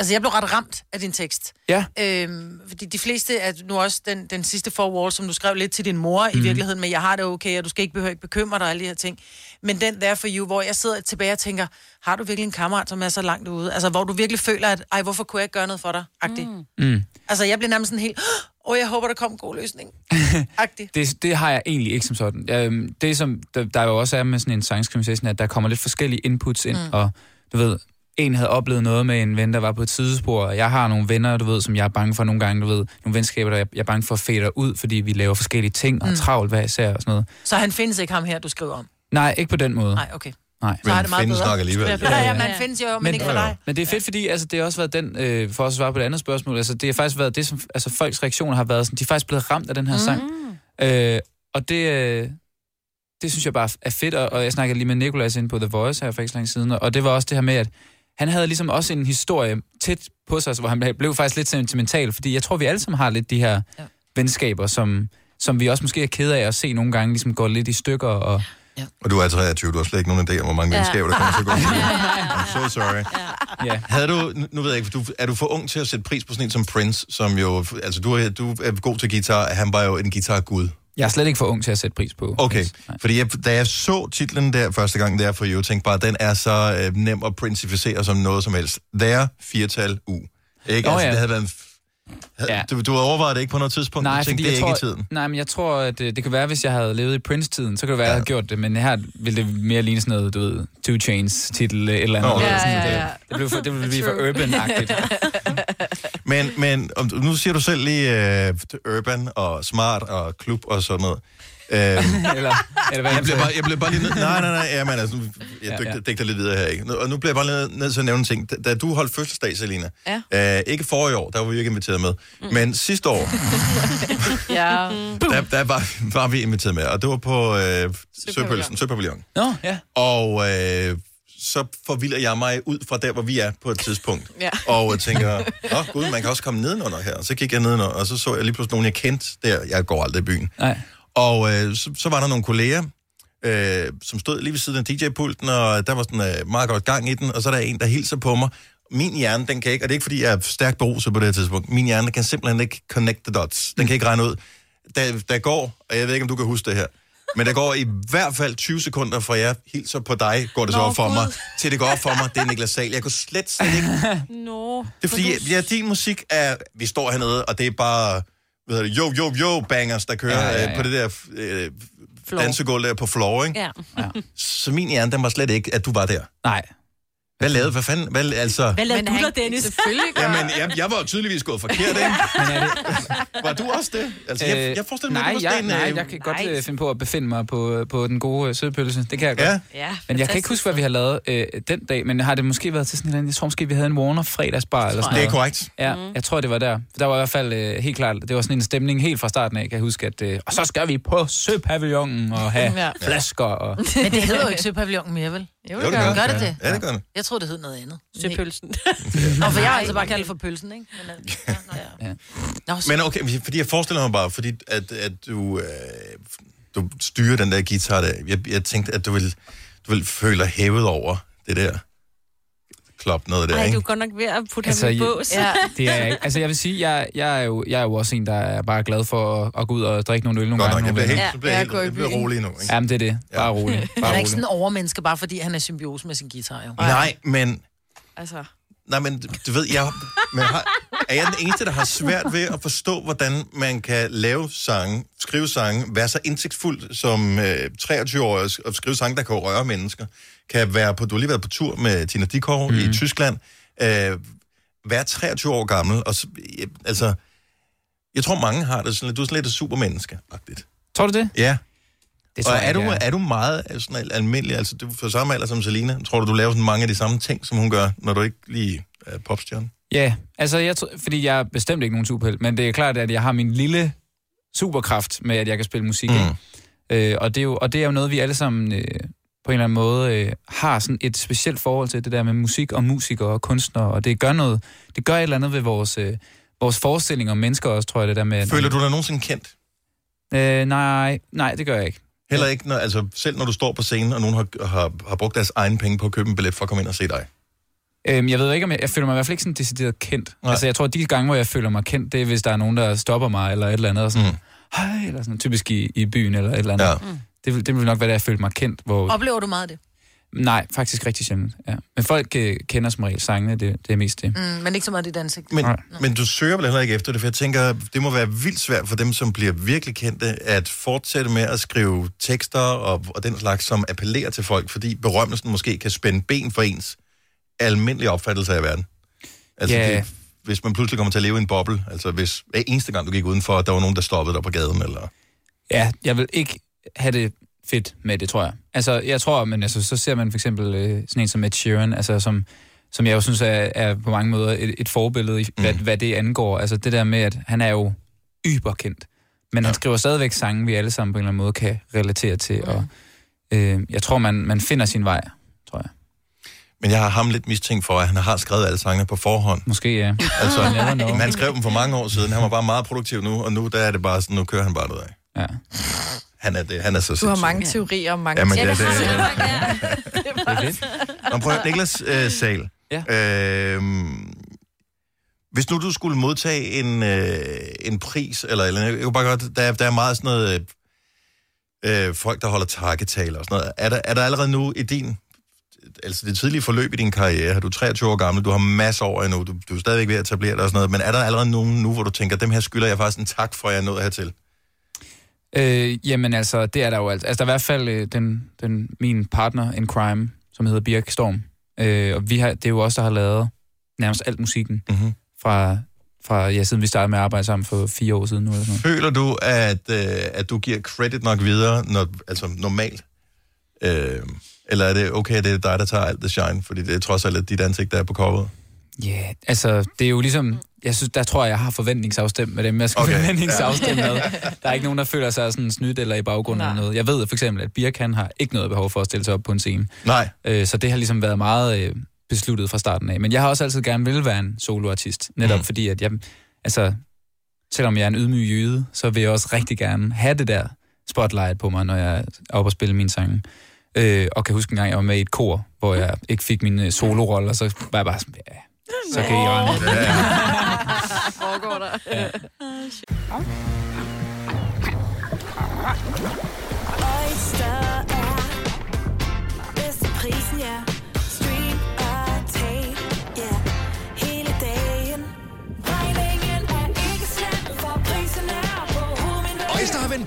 B: Altså, jeg blev ret ramt af din tekst.
T: Ja.
B: Øhm, fordi de fleste er nu også den, den sidste four wall, som du skrev lidt til din mor mm. i
T: Mhm.
B: virkeligheden, men jeg har det okay, og du skal ikke behøve ikke bekymre dig og alle de her ting. Men den der for you, hvor jeg sidder tilbage og tænker, har du virkelig en kammerat, som er så langt ude? Altså, hvor du virkelig føler, at ej, hvorfor kunne jeg ikke gøre noget for dig? Agtig. Mm.
T: Mm.
B: Altså, jeg blev nærmest sådan helt, åh, jeg håber, der kom en god løsning. Agtig.
T: Det, det har jeg egentlig ikke som sådan. Øhm, Det, som der, der jo også er med sådan en sangskrivningssession, er, at der kommer lidt forskellige inputs ind,
B: Mm.
T: mm. og du ved, en havde oplevet noget med en ven, der var på et sidespor, og jeg har nogle venner, du ved, som jeg er bange for nogle gange, du ved, nogle venskaber, der jeg, jeg er bange for at fader ud, fordi vi laver forskellige ting, og er
B: Mm.
T: travlt hver især og sådan noget.
B: Så han findes ikke ham her, du skriver om.
T: Nej, ikke på den måde.
B: Nej, okay.
T: Nej.
B: Så har det meget bedre. Ja,
T: Ja, ja,
B: ja, man findes jo, men, men ikke for dig.
T: Men det er fedt, fordi altså, det har også været den, øh, for at svare på det andet spørgsmål, altså, det har faktisk været det, som altså, folks reaktioner har været sådan, de er faktisk blevet ramt af den her
B: Mhm.
T: mm. sang. Øh, og det, øh, det synes jeg bare er fedt, og, og jeg snakkede lige med Nicolas inde på The Voice her for ikke så længe siden, og det var også det her med, at han havde ligesom også en historie tæt på sig, altså, hvor han blev faktisk lidt sentimental, fordi jeg tror, vi alle sammen har lidt de her ja. venskaber, som, som vi også måske er kede af at se nogle gange, ligesom går lidt i stykker, og
A: Og du er 23, du har slet ikke nogen idé om, hvor mange
T: Ja.
A: ja. venskaber, der kommer til at gå. I'm so sorry.
T: Ja.
A: Havde du, nu- nu ved jeg ikke, for du, er du for ung til at sætte pris på sådan en som Prince, som jo, altså du er, du er god til guitar, han var jo en guitargud.
T: jeg er slet ikke for ung til at sætte pris på.
A: Okay, fordi jeg, da jeg så titlen der første gang, der for you, tænkte bare, den er så øh, nem at princificere som noget som helst. There, firtal, u. Ikke?
T: Nå
A: Oh, altså,
T: ja.
A: ja. det havde været en... f- havde, ja. du, du overvejede det ikke på noget tidspunkt? du tænkte, det er
T: jeg tror,
A: ikke i tiden.
T: Nej, men jeg tror, at øh, det, det kan være, hvis jeg havde levet i Prince-tiden, så kan det være, at jeg havde gjort det, men her ville det mere ligne sådan noget, du ved, Two Chains-titel øh, eller andet.
A: Nå,
T: Eller
A: ja,
T: sådan,
A: ja,
T: noget.
A: ja.
T: Det, blev for, det ville blive for
A: True.
T: urban-agtigt.
A: Men, men om, nu siger du selv lige øh, urban og smart og klub og sådan noget. Øhm,
T: eller, eller hvad
A: jeg,
T: han
A: blev
T: sagde.
A: bare, jeg blev bare lige nødt... Nej, nej, nej, jamen, altså, nu- jeg
T: Ja,
A: ja,
T: ja.
A: ja. dækter lidt videre her, ikke? Nu- Og nu bliver jeg bare nødt- nødt til at nævne en ting. Da, da du holdt fødselsdag, Selina, ja. øh, ikke forrige år, der var vi jo ikke inviteret med, mm. men sidste år,
E: ja.
A: der, der var, var vi inviteret med, og det var på øh, Søpølsen, Søpavillon.
T: Nå, ja.
A: Og øh, så forvilder jeg mig ud fra der, hvor vi er på et tidspunkt.
E: Ja.
A: Og øh, jeg tænker, åh gud, man kan også komme nedenunder her. Og så gik jeg nedenunder, og så så jeg lige pludselig nogen, jeg kendte der. Jeg går aldrig i byen.
T: Nej.
A: Og øh, så, så var der nogle kolleger, øh, som stod lige ved siden af DJ-pulten, og der var sådan øh, meget godt gang i den, og så er der en, der hilser på mig. Min hjerne, den kan ikke, og det er ikke, fordi jeg er stærkt beruset på det her tidspunkt, min hjerne kan simpelthen ikke connect the dots. Den kan ikke regne ud. Der, der går, og jeg ved ikke, om du kan huske det her, men der går i hvert fald 20 sekunder fra jeg hilser på dig, går det så
C: Nå,
A: op for
C: Gud.
A: mig, til det går op for mig, det er Niklas Sahl. Jeg kunne slet, slet ikke
C: Nå.
A: det er fordi, ja, din musik er, vi står hernede, og det er bare, hvad hedder det, jo, jo, jo, bangers, der kører ja, ja, ja. på det der øh, dansegulv der på floor, ikke?
C: Ja.
A: Så min hjerne, den var slet ikke, at du var der.
T: Nej.
A: Hvad lavede, hvad fanden, hvad, altså...
C: Hvad lavede
E: Men
C: du
E: han-
C: der, Dennis?
E: Selvfølgelig gør-
A: Jamen, jeg, jeg var jo tydeligvis gået forkert, ikke? Var du også det? Altså, jeg, jeg forestiller mig, at
T: Øh, nej,
A: du var
T: jeg,
A: sådan en...
T: nej,
A: øh,
T: jeg kan godt øh, finde på at befinde mig på, øh, på den gode øh, sødpølse. Det kan jeg godt.
C: Ja,
A: Ah,
T: men jeg kan ikke huske, hvad vi har lavet øh, den dag, men har det måske været til sådan en eller anden... Jeg tror måske, vi havde en Warner fredagsbar eller sådan
A: Det er
T: noget.
A: korrekt.
T: Ja, mm. jeg tror, det var der. Der var i hvert fald øh, helt klart, det var sådan en stemning helt fra starten af, kan jeg huske, at øh, og så skal vi på søpavillonen og have
B: Ja.
T: ja. flasker og...
B: Men det hedder jo ikke Søpavillonen mere, vel? Jo,
A: det Jo, det gør gør det.
B: gør
A: det.
B: det det.
A: Ja, det gør det.
B: Jeg troede, det hed noget andet.
C: Søpølsen.
B: Nå, for jeg har altså bare kaldt det for pølsen, ikke? Men, øh, ja, nej.
A: Men okay, vi- fordi jeg forestiller mig bare, fordi at, at du, øh, du styrer den der guitar der. Jeg, jeg tænkte, at du vil, du vil føle dig hævet over det der klop noget der,
C: Ej,
A: ikke?
C: du er godt nok ved at putte
T: Altså,
C: ham i
T: jeg-
C: bås.
T: Ja. Det er jeg ikke. Altså, jeg vil sige, jeg, jeg, er jo, jeg er jo også en, der er bare glad for at, at gå ud og drikke nogle øl nogle
A: Godt
T: gange.
A: nok, jeg bliver
T: nogle gange.
A: helt- jeg bliver Ja, helt- jeg går i jeg bliver byen. rolig nu, ikke?
T: Jamen, det er det. Bare rolig.
B: Han
T: Bare
B: er
T: rolig.
B: ikke sådan en overmenneske, bare fordi han er symbiose med sin guitar, jo.
A: Nej, men,
E: Altså.
A: nej, men du ved, jeg, men har, er jeg den eneste, der har svært ved at forstå, hvordan man kan lave sange, skrive sange, være så indsigtsfuld som øh, 23-årig og skrive sange, der kan røre mennesker. Kan være på, du har lige været på tur med Tina Dikov mm. i Tyskland. Øh, være 23 år gammel, og, s- øh, altså, jeg tror, mange har det sådan lidt, du er sådan lidt et supermenneske.
T: Tror du det?
A: Ja.
T: Det
A: Det
T: tror
A: og
T: jeg
A: er du,
T: ikke, jeg er.
A: er du meget øh, sådan al- almindelig, altså du er for samme alder som Selina, tror du, du laver sådan mange af de samme ting, som hun gør, når du ikke lige er popstjerne?
T: Ja, altså, jeg tr- fordi jeg er bestemt ikke nogen superhelt, men det er klart, at jeg har min lille superkraft med, at jeg kan spille musik. Mm. Øh, og, det er jo, og det er jo noget, vi alle sammen øh, på en eller anden måde øh, har sådan et specielt forhold til, det der med musik og musikere og kunstnere, og det gør noget, det gør et eller andet ved vores, øh, vores forestilling om mennesker også, tror jeg, det der med...
A: Mm. Føler du dig nogensinde kendt?
T: Øh, nej, nej, det gør jeg ikke.
A: Heller ikke, når, altså selv når du står på scenen, og nogen har, har, har brugt deres egen penge på at købe en billet for at komme ind og se dig.
T: Øhm, jeg ved ikke, om jeg, jeg føler mig i hvert fald ikke sådan decideret kendt. Nej. Altså, jeg tror, at de gange, hvor jeg føler mig kendt, det er, hvis der er nogen, der stopper mig eller et eller andet, og sådan, mm. hej, eller sådan, typisk i, i byen eller et eller andet. Ja.
B: Mm.
T: Det, vil- det vil nok være, da jeg følte mig kendt. Hvor,
B: Oplever du meget af det?
T: Nej, faktisk rigtig sjældent. Ja. Men folk øh, kender som regel sangene, det, det er mest det.
B: Mm, men ikke så meget dit ansigt.
A: Men, men du søger vel heller ikke efter det, for jeg tænker, det må være vildt svært for dem, som bliver virkelig kendte, at fortsætte med at skrive tekster og, og den slags, som appellerer til folk, fordi berømmelsen måske kan spænde ben for ens almindelige opfattelse af verden. Altså,
T: Ja.
A: yeah. det, hvis man pludselig kommer til at leve i en boble, altså hvis hver eneste gang, du gik udenfor, der var nogen, der stoppede dig på gaden, eller...
T: Ja, jeg vil ikke have det fedt med det, tror jeg. Altså, jeg tror, men altså, så ser man for eksempel øh, sådan en som Ed Sheeran, altså, som, som jeg jo synes er, er på mange måder et, et forbillede i, hvad, mm. hvad det angår. Altså, det der med, at han er jo yberkendt, men ja. han skriver stadigvæk sange, vi alle sammen på en eller anden måde kan relatere til, og øh, jeg tror, man, man finder sin vej.
A: Men jeg har ham lidt mistænkt for, at han har skrevet alle sangene på forhånd.
T: Måske, ja.
A: Altså,
T: You never know.
A: men han skrev dem for mange år siden. Han var bare meget produktiv nu, og nu der er det bare sådan, nu kører han bare derudad.
T: Ja.
A: Han er, det, han er så
E: Du har
A: sindssyg.
E: mange teorier om mange
A: Ja, men
E: ting.
A: det er det. Ja, det
E: det er det.
A: Nå, prøv, at- Niklas øh, Sal.
T: Ja.
A: Øh, hvis nu du skulle modtage en, øh, en pris, eller, eller jeg kunne bare godt, der, er- der er meget sådan noget, øh, øh, folk, der holder takketaler og sådan noget. Er der, er der allerede nu i din, altså det tidlige forløb i din karriere, du er 23 år gammel, du har masser over endnu, du, du er stadigvæk ved at etablere dig og sådan noget, men er der allerede nogen nu, hvor du tænker, dem her skylder jeg faktisk en tak for, at jeg nåede hertil?
T: Øh, jamen altså, det er der jo alt. Altså, der er i hvert fald øh, den, den, min partner in crime, som hedder Birk Storm. Øh, og vi har, det er jo os, der har lavet nærmest alt musikken
A: mm-hmm.
T: fra, fra ja, siden vi startede med at arbejde sammen for fire år siden nu. Eller sådan noget.
A: Føler du, at, øh, at du giver credit nok videre, når, altså normalt? Øh, eller er det okay, at det er dig, der tager alt det shine? Fordi det er trods alt at dit ansigt, der er på coveret.
T: Ja, yeah, altså, det er jo ligesom... Jeg synes, der tror jeg, jeg har forventningsafstemt med dem, jeg skal okay. forventningsafstemme med. Der er ikke nogen, der føler sig sådan snydt eller i baggrunden eller noget. Jeg ved for eksempel, at Birk, han har ikke noget behov for at stille sig op på en scene.
A: Nej.
T: Øh, så det har ligesom været meget øh, besluttet fra starten af. Men jeg har også altid gerne vil være en soloartist. Netop mm. fordi, at jeg... Altså, selvom jeg er en ydmyg jøde, så vil jeg også rigtig gerne have det der spotlight på mig, når jeg er oppe og spille mine sange. Øh, og kan huske en gang, jeg var med i et kor, hvor jeg ikke fik min øh, solorolle, og så var jeg bare sådan, ja, så kan I rende.
E: Foregår der.
K: Oyster er bedst til prisen, ja. Stream og tag, ja. Hele dagen. Regningen er ikke slem, for prisen er på hovedet.
U: Øjster har vendt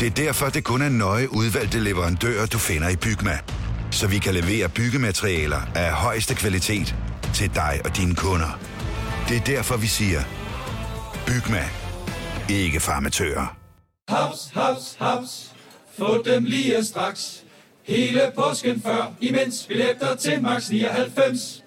J: Det er derfor, det kun er nøje udvalgte leverandører, du finder i Bygma. så vi kan levere byggematerialer af højeste kvalitet til dig og dine kunder. Det er derfor, vi siger, Bygma. Ikke farmatører.
S: Haps, haps, haps. Få dem lige straks. Hele påsken før, imens billetter til max 99.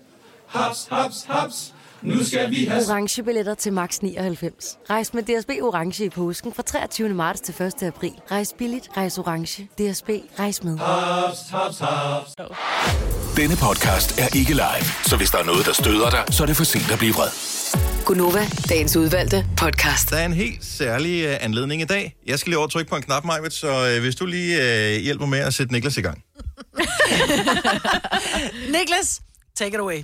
S: Haps, haps, haps. Nu skal vi have...
G: orange billetter til max 99. Rejs med DSB orange i påsken fra 23. marts til 1. april. Rejs billigt, rejs orange. DSB rejs med.
S: Haps, haps, haps.
P: Denne podcast er ikke live, så hvis der er noget, der støder dig, så er det for sent at blive vred.
F: Gunova, dagens udvalgte podcast.
A: Der er en helt særlig øh, anledning i dag. Jeg skal lige over og trykke på en knap, Majved, så øh, hvis du lige øh, hjælper med at sætte Niklas i gang.
B: Niklas, take it away.
C: Nej,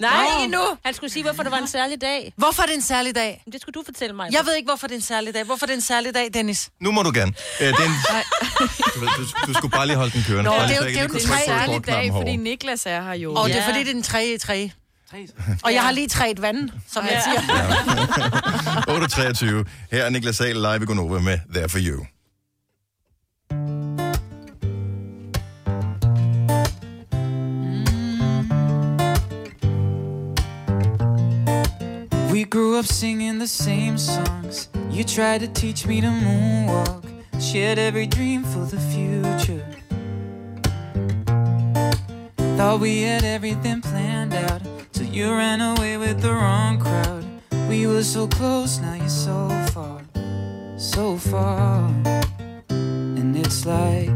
B: Nå.
C: ikke nu. Han skulle sige, hvorfor det var en særlig dag.
B: Hvorfor er det en særlig dag?
C: Det skulle du fortælle mig.
B: Jeg ved ikke, hvorfor det er en særlig dag. Hvorfor er det en særlig dag, Dennis?
A: Nu må du gerne. Øh, det er en... du, ved, du, du skulle bare lige holde den kørende.
B: Nå,
A: Bare
B: det
A: lige
B: er
A: så
B: jo-
A: jeg
B: det er
A: lige
B: jo
A: kunne trykke
B: en
A: på
B: særlig
A: rekordknappen
E: dag,
A: herovre.
E: fordi Niklas er her jo.
B: Og det er fordi, det er den 3 i 3. Og jeg har lige træet vand, som jeg siger.
A: 8.23. Her er Niklas Sahl live i Gonova med There For You.
W: We grew up singing the same songs. You tried to teach me to moonwalk. Shared every dream for the future. Thought we had everything planned out. Till you ran away with the wrong crowd. We were so close, now you're so far. So far. And it's like,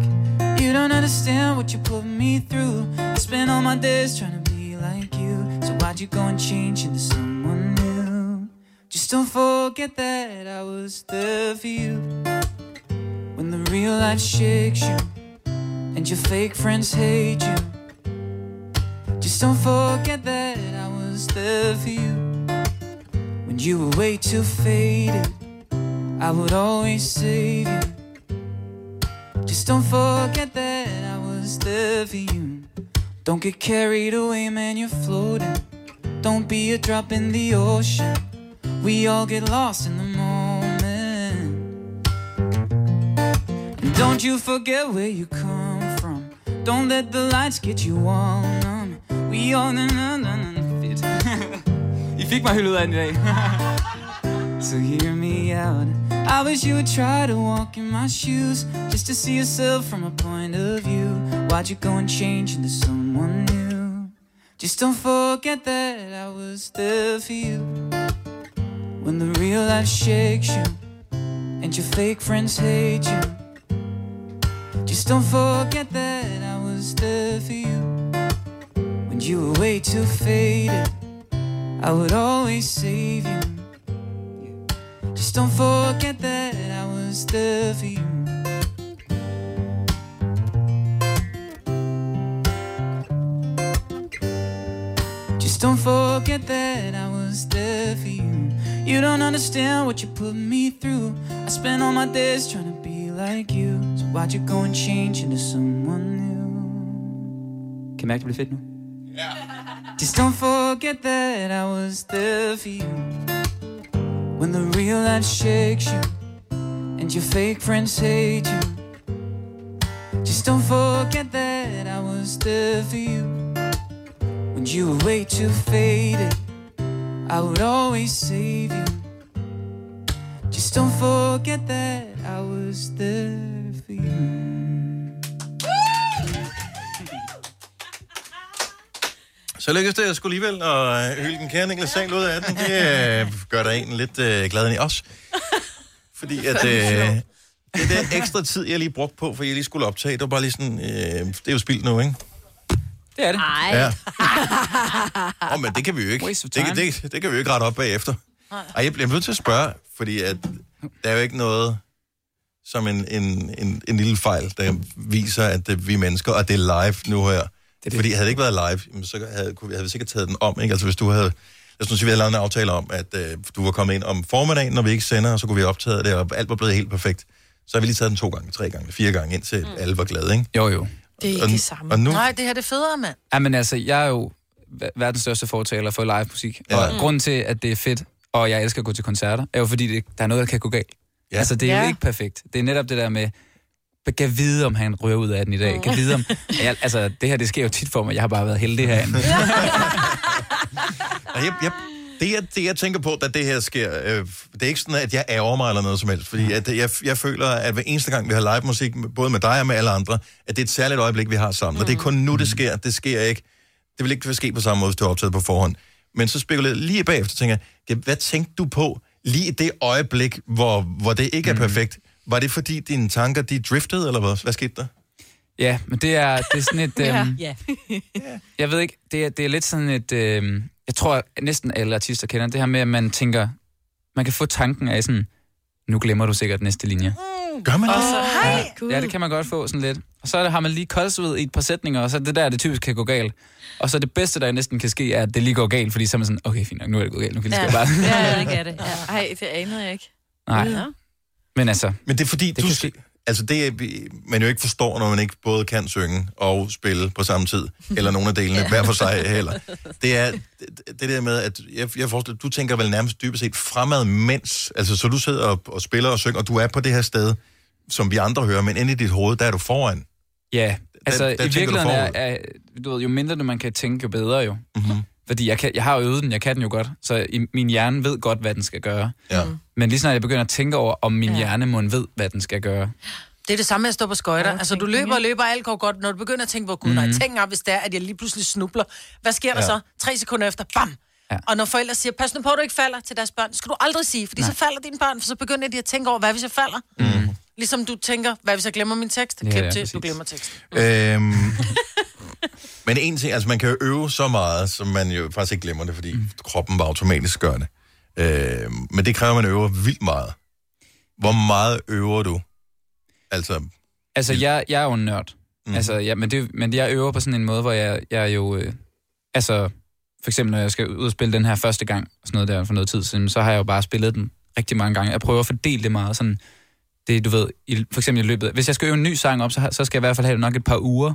W: you don't understand what you put me through. I spent all my days trying to be like you. So why'd you go and change into someone new? Just don't forget that I was there for you. When the real life shakes you and your fake friends hate you. Just don't forget that I was there for you. When you were way too faded, I would always save you. Just don't forget that I was there for you. Don't get carried away, man, you're floating. Don't be a drop in the ocean. We all get lost in the moment. And don't you forget where you come from. Don't let the lights get you all numb. We all na na na na. Fedt. I fik mig hyldet af den i dag. so hear me out. I wish you would try to walk in my shoes just to see yourself from a point of view. Why'd you go and change into someone new? Just don't forget that I was there for you. When the real life shakes you and your fake friends hate you, just don't forget that I was there for you. When you were way too faded, I would always save you. Just don't forget that I was there for you. Just don't forget that I was there for you. You don't understand what you put me through. I spent all my days trying to be like you. So why'd you go and change into someone new? Kan I mærke, det bliver fedt nu? Just don't forget that I was there for you. When the real life shakes you and your fake friends hate you. Just don't forget that I was there for you. When you were way too faded, I would always save you. Just don't forget that I was there for you.
A: Så lykkedes det jeg skulle alligevel at øh, hylde den kære Niklas Sahl ud af den. Det øh, gør da en lidt øh, glad i os. Fordi at... Øh, det er den ekstra tid, jeg lige brugte på, for jeg lige skulle optage. Det var bare lige sådan, øh, det er jo spildt nu, ikke?
T: Det er det.
C: Nej.
A: Ja. Åh, men det kan vi jo ikke. Det, kan- det, det kan vi jo ikke rette op bagefter. Ej, jeg bliver nødt til at spørge, fordi at der er jo ikke noget som en, en, en, en lille fejl, der viser, at det, vi er mennesker, og det er live nu her. Det Fordi havde det ikke været live, jamen, så havde, kunne vi, havde vi sikkert taget den om. Ikke? Altså hvis du havde, lad os nu sige, vi havde lavet en aftale om, at øh, du var kommet ind om formiddagen, når vi ikke sender, og så kunne vi have optaget det, og alt var blevet helt perfekt. Så har vi lige taget den to gange, tre gange, fire gange, indtil mm. alle var glade, ikke?
T: Jo, jo.
B: Det er
A: Og-
B: ikke det samme.
A: og nu-
B: Nej, det her det er federe, mand.
T: Jamen altså, jeg er jo ver- verdens største fortaler for live musik. Ja. Og
B: Mm.
T: grunden til, at det er fedt, og jeg elsker at gå til koncerter, er jo fordi, det, der er noget, der kan gå galt. Ja. Altså, det er ja.
B: Ja.
T: jo ikke perfekt. Det er netop det der med, Kan vide, om han ryger ud af den i dag. Kan vide, om... Jeg, altså, det her, det sker jo tit for mig. Jeg har bare været heldig herinde.
A: Og jeg, jeg, det, jeg, det, jeg tænker på, da det her sker, øh, det er ikke sådan, at jeg ærger mig eller noget som helst, fordi at, jeg, jeg føler, at hver eneste gang, vi har live musik, både med dig og med alle andre, at det er et særligt øjeblik, vi har sammen. Mm. Og det er kun nu, det sker. Det sker ikke. Det vil ikke ske på samme måde, hvis det var optaget på forhånd. Men så spekulerer jeg lige bagefter, tænker jeg, "Ja, hvad tænkte du på lige i det øjeblik, hvor, hvor det ikke er perfekt? Var det fordi dine tanker, de driftede, eller hvad? Hvad skete der?
T: Ja, men det er, det er sådan et... Øhm, Jeg ved ikke, det er, det er lidt sådan et... Øh, jeg tror, at næsten alle artister kender det her med, at man tænker... Man kan få tanken af sådan... Nu glemmer du sikkert næste linje.
A: Gør man
T: det?
A: Hej!
T: Ja, det kan man godt få sådan lidt. Og så er det- har man lige koldsved i et par sætninger, og så er det der, det typisk kan gå galt. Og så det bedste, der næsten kan ske, er, at det lige går galt, fordi så er man sådan, okay, fint nok, nu er det gået galt, nu kan jeg lige ja. bare...
E: ja, det gør det. Ja. Ej, det anede jeg ikke.
T: Nej.
E: Ja.
T: Men altså...
A: Men det er fordi, det du... Altså det, er vi- man jo ikke forstår, når man ikke både kan synge og spille på samme tid, eller nogle af delene,
T: Ja.
A: hver for sig heller. Det er det, det der med, at jeg, jeg forestiller, du tænker vel nærmest dybest set fremad, mens, altså så du sidder og, og spiller og synger, og du er på det her sted, som vi andre hører, men inde i dit hoved, der er du foran.
T: Ja, altså
A: der
T: i
A: tænker du
T: virkeligheden er,
A: forud. Mhm.
T: er, du ved, jo mindre man kan tænke, jo bedre jo. Mm-hmm. Fordi jeg, kan, jeg har jo øvet den, jeg kan den jo godt, så i, min hjerne ved godt, hvad den skal gøre.
A: Ja.
T: Men lige snart jeg begynder at tænke over, om min ja. hjerne må ved, hvad den skal gøre.
D: Det er det samme med at stå på skøjter. Altså, du løber og løber, og alt går godt. Når du begynder at tænke, hvor gud, nej,
A: Mhm.
D: tænk engang, hvis det er, at jeg lige pludselig snubler. Hvad sker der
T: Ja.
D: så? Tre sekunder efter, bam! Ja. Og når forældre siger, pas nu på, at du ikke falder til deres børn, skal du aldrig sige, fordi nej.
T: Nej.
D: så falder dine børn, for så begynder de at tænke over, hvad hvis jeg falder?
A: Mm.
D: Ligesom du tænker, hvad hvis jeg glemmer min tekst?
A: Ja,
D: Klip
A: ja,
D: til,
A: præcis.
D: du glemmer teksten.
A: Øhm, men en ting, altså man kan jo øve så meget, som man jo faktisk ikke glemmer det, fordi mm. kroppen bare automatisk gør det. Øhm, men det kræver, at man øver vildt meget. Hvor meget øver du? Altså,
T: Altså, jeg, jeg er jo en nørd.
A: Mm.
T: Mm. Altså, ja, men, det, men jeg øver på sådan en måde, hvor jeg, jeg jo... Øh, altså, for eksempel, når jeg skal ud og spille den her første gang, og sådan noget der for noget tid siden, så har jeg jo bare spillet den rigtig mange gange. Jeg prøver at fordele det meget, sådan... Det, du ved, i, for eksempel i løbet... af- Hvis jeg skal øve en ny sang op, så, har- så skal jeg i hvert fald have nok et par uger,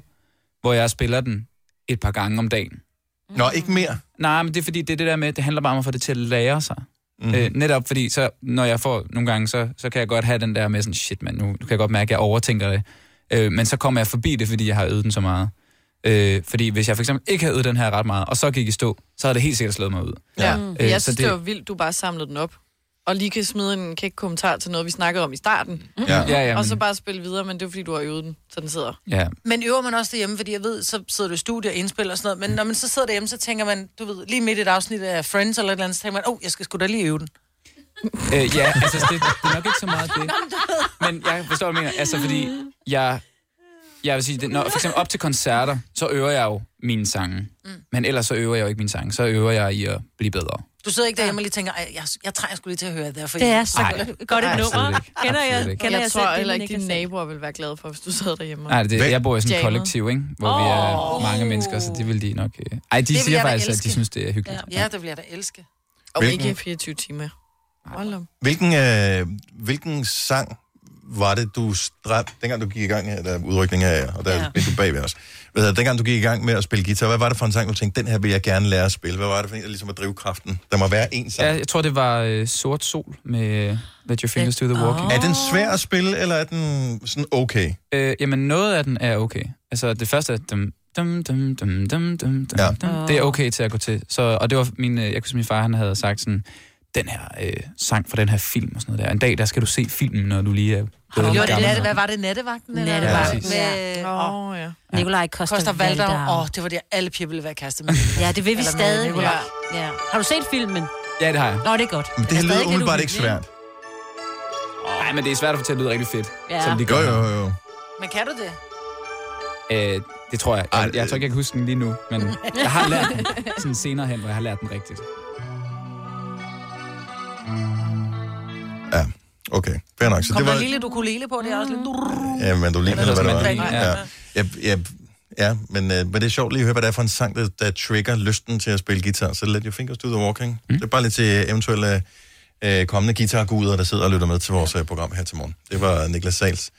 T: hvor jeg spiller den et par gange om dagen.
A: Nå, ikke mere?
T: Nej, men det er fordi, det er det der med, det handler bare om at få det til at lære sig.
A: Mhm.
T: Mm-hmm. Øh, netop fordi, så, når jeg får nogle gange, så, så kan jeg godt have den der med sådan, shit mand, nu, nu kan jeg godt mærke, at jeg overtænker det. Øh, men så kommer jeg forbi det, fordi jeg har øvet den så meget. Øh, fordi hvis jeg for eksempel ikke havde øvet den her ret meget, og så gik i stå, så havde det helt sikkert slået mig ud.
E: Ja.
T: Øh,
E: Mm. Jeg
T: så
E: synes, det... det var vildt, du bare samlede den op. Og lige kan smide en kæk kommentar til noget, vi snakkede om i starten.
T: Ja. Ja, ja,
E: Og så
T: men-
E: bare spille videre, men det er fordi, du har øvet den, så den sidder.
T: Ja.
D: Men øver man også derhjemme, fordi jeg ved, så sidder du i studiet og indspiller og sådan noget, men når man så sidder derhjemme, så tænker man, du ved, lige midt i et afsnit af Friends eller et eller andet, så tænker man, åh, oh, jeg skal sgu da lige øve den.
T: Øh, ja, altså det, det er nok ikke så meget det. Men jeg forstår, hvad du mener. Altså fordi, jeg, jeg vil sige, det, når, for eksempel op til koncerter, så øver jeg jo mine sange. Mm. Men ellers så øver jeg jo ikke mine sange. Så øver jeg i at blive bedre.
D: Du sidder ikke derhjemme og lige tænker, "Ej, jeg, jeg trænger sgu lige til at høre det her, for
C: Det er
D: jeg-
C: så
D: Ej.
C: godt- godt et
D: Ej,
C: nummer.
D: absolut ikke.
C: Kender jeg-
T: Absolut ikke.
C: kender
E: Jeg, jeg
C: jeg
E: tror
C: selv, det
E: heller
C: ville
E: ikke, dine naboer vil være glade for, hvis du sad derhjemme. og
T: Nej, det, jeg bor i sådan et
E: jammede.
T: kollektiv, ikke? hvor oh. vi er mange mennesker, så det vil de nok... Øh... Ej, de
E: vil
T: siger
E: jeg da
T: faktisk, at
E: elske.
T: de synes, det er hyggeligt.
E: Ja, det vil jeg da elske. Og
A: Hvilken-
E: ikke 24 timer. Hold om.
A: Hvilken, øh, hvilken sang var det, du stræb... Dengang du gik i gang her, der er udrykning her, og der er ja. du bagved os. Hvad hedder, det, dengang du gik i gang med at spille guitar, hvad var det for en sang, du tænkte, den her vil jeg gerne lære at spille? Hvad var det for en, der ligesom var drivkraften? Der må være en sang.
T: Ja, jeg tror, det var øh, Sort Sol med øh, Let Your Fingers Do The Walking.
A: Er den svær at spille, eller er den sådan okay?
T: Øh, jamen, noget af den er okay. Altså, det første er dem, dem, dem, dem, dem, dem, ja. dem. Det er okay til at gå til. Så, og det var min, øh, jeg kunne se, min far han havde sagt sådan, den her øh, sang fra den her film og sådan noget der. En dag, der skal du se filmen, når du lige er
D: Har du
T: blevet
D: gjort det
T: gammel.
D: natte, hvad var det, nattevagten? eller?
T: Nattevagten.
D: Med, åh,
E: oh, ja.
D: Nikolaj
C: Coster
D: Koster Valder.
C: Waldau.
D: Åh, det var det, alle piger ville være kastet med.
C: Ja, det vil vi
D: Eller med
C: stadig.
D: Nikolaj.
C: Ja. Har du set filmen?
T: Ja, det har jeg.
C: Nå, det er godt.
A: Men det
C: Den er
A: her
C: stadig
A: lyder
C: lidt
A: umiddelbart
C: uhyggelig,
A: ikke svært.
T: Nej, men det er svært at få til at lyde rigtig fedt.
C: Ja.
T: Som det
A: Jo,
T: gør.
A: jo, jo.
D: Men kan du det?
T: Øh, det tror jeg. Jeg, jeg tror ikke, jeg kan huske den lige nu, men jeg har lært den sådan senere hen, hvor jeg har lært den rigtigt.
A: Okay, fair nok. Så
D: Kom
A: det
D: der
A: var...
D: en lille ukulele på, det er også lidt...
C: Mm.
A: Ja, men du ligner,
D: Ja, det
A: eller
D: er
A: hvad det
D: også
A: var.
D: mandarin,
A: Ja. Ja, ja, ja men, øh, men det er sjovt lige at høre, hvad det er for en sang, der, der trigger lysten til at spille guitar. Så let your fingers do the walking. Mm. Det er bare lidt til øh, eventuelle øh, kommende guitarguder, der sidder og lytter med til vores øh, program her til morgen. Det var Niklas Sals.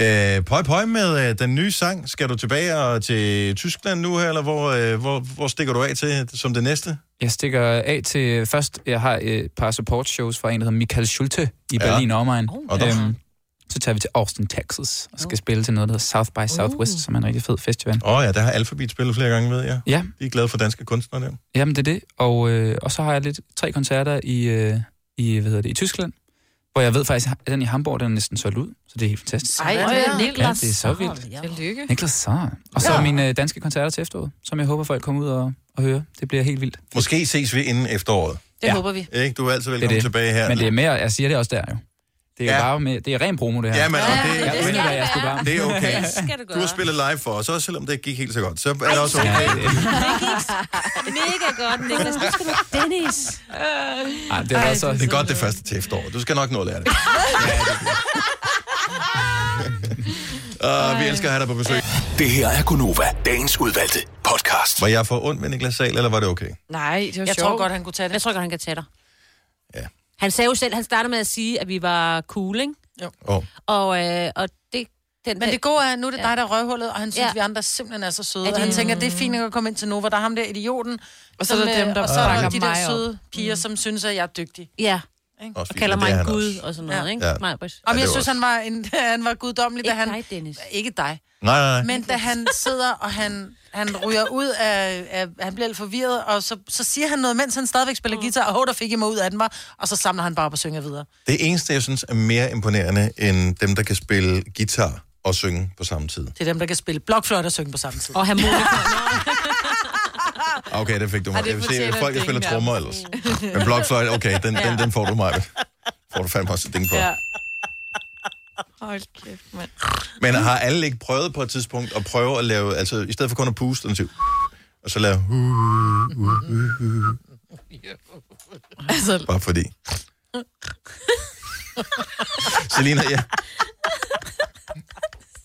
A: Øh, pøj, pøj med øh, den nye sang. Skal du tilbage og til Tyskland nu her, eller hvor, øh, hvor, hvor stikker du af til som det næste?
T: Jeg stikker af til først, jeg har et par support shows fra en, der hedder Michael Schulte i Berlin og omegn.
A: Og der-
T: Øhm, så tager vi til Austin, Texas, og skal spille til noget, der hedder South by Southwest, som er en rigtig fed festival.
A: Åh oh, ja, der har Alphabet spillet flere gange, ved jeg.
T: Ja.
A: De er glade for danske kunstnere der.
T: Jamen, det er det. Og, øh, og så har jeg lidt tre koncerter i, øh, i, hvad hedder det, i Tyskland, hvor jeg ved faktisk, at den i Hamburg, den er næsten solgt ud, så det er helt fantastisk.
C: Ej,
T: ja,
C: hvor er
T: ja,
C: Niklas
T: det er så vildt.
C: Saar, ja.
E: Tillykke.
T: Niklas Saar. Og så
A: Ja.
T: ja. mine øh, danske koncerter til efteråret, som jeg håber, folk kommer ud og, og hører. Det bliver helt vildt.
A: Måske ses vi inden efteråret.
T: Det Ja. håber vi.
A: Ikke? Du er altid velkommen
T: det.
A: tilbage her.
T: Men det er mere, jeg siger det også der jo. Det er
A: Ja.
T: ja. bare med, det er ren promo, det her.
A: Ja, men og det,
T: jeg ønsker, at jeg skulle bare.
A: det er okay.
T: Det skal du
A: Du har spillet live for os, også selvom det ikke gik helt så godt. Så er det også okay.
C: Mega godt, Niklas. Nu skal du Dennis.
K: Øh.
T: Ej,
A: det, er så... det er godt det første til efteråret. Du skal nok nå at lære det. Uh, vi elsker at have dig på besøg.
U: Det her er Gunova, dagens udvalgte podcast.
A: Var jeg for ondt med Niklas Sal, eller var det okay?
E: Nej, det var
C: Jeg
E: sjovt.
C: tror godt, han kunne tage det. Jeg tror godt, han kan tage dig.
A: Ja.
C: Han sagde jo selv, han startede med at sige, at vi var cool, ikke?
D: Jo.
A: Oh.
C: Og, øh, og det... Den,
D: Men det gode er, at nu er det dig, der er røvhullet, og han synes,
C: Ja.
D: ja. vi andre simpelthen er så søde.
C: Er
D: Og han
C: de-
D: tænker, det er fint nok at komme ind til Nova. Der er ham der idioten.
C: Og så er der
D: som, øh,
C: dem, der
D: Og så er der
C: bakker
D: de der
C: mig op.
D: søde piger, som synes, at jeg er dygtig.
C: Ja.
D: Ikke?
C: Og fint, kalder og det mig er han Gud også. og sådan noget, ikke? Ja. Majbrit.
D: Om
C: Ja,
D: jeg
C: det er
D: synes,
C: også-
D: han var, en, han var guddommelig, da han...
C: dig, Dennis.
D: Ikke dig.
A: Nej, nej, nej.
D: Men da han sidder, og han, han ryger ud af, af... Han bliver lidt forvirret, og så, så siger han noget, mens han stadigvæk spiller
C: Mm.
D: guitar, og hov, der fik I mig ud af den, var, og så samler han bare op og synger videre.
A: Det eneste, jeg synes er mere imponerende, end dem, der kan spille guitar og synge på samme tid.
D: Det er dem, der kan spille blokfløjt og synge på samme tid.
C: Og have
A: Okay, det fik du mig.
D: Ej, det
A: Jeg vil se,
D: fortjener
A: at folk, der
D: et
A: spiller
D: ding
A: trommer ellers.
D: nærmest.
A: Men blokfløjt, okay, den, den, den får du mig. Får du fandme også et ding på.
E: Ja. Hold kæft, mand.
A: Men har alle ikke prøvet på et tidspunkt at prøve at lave, altså i stedet for kun at puste, og så, og så lave,
E: Altså,
A: bare fordi. Selina, ja.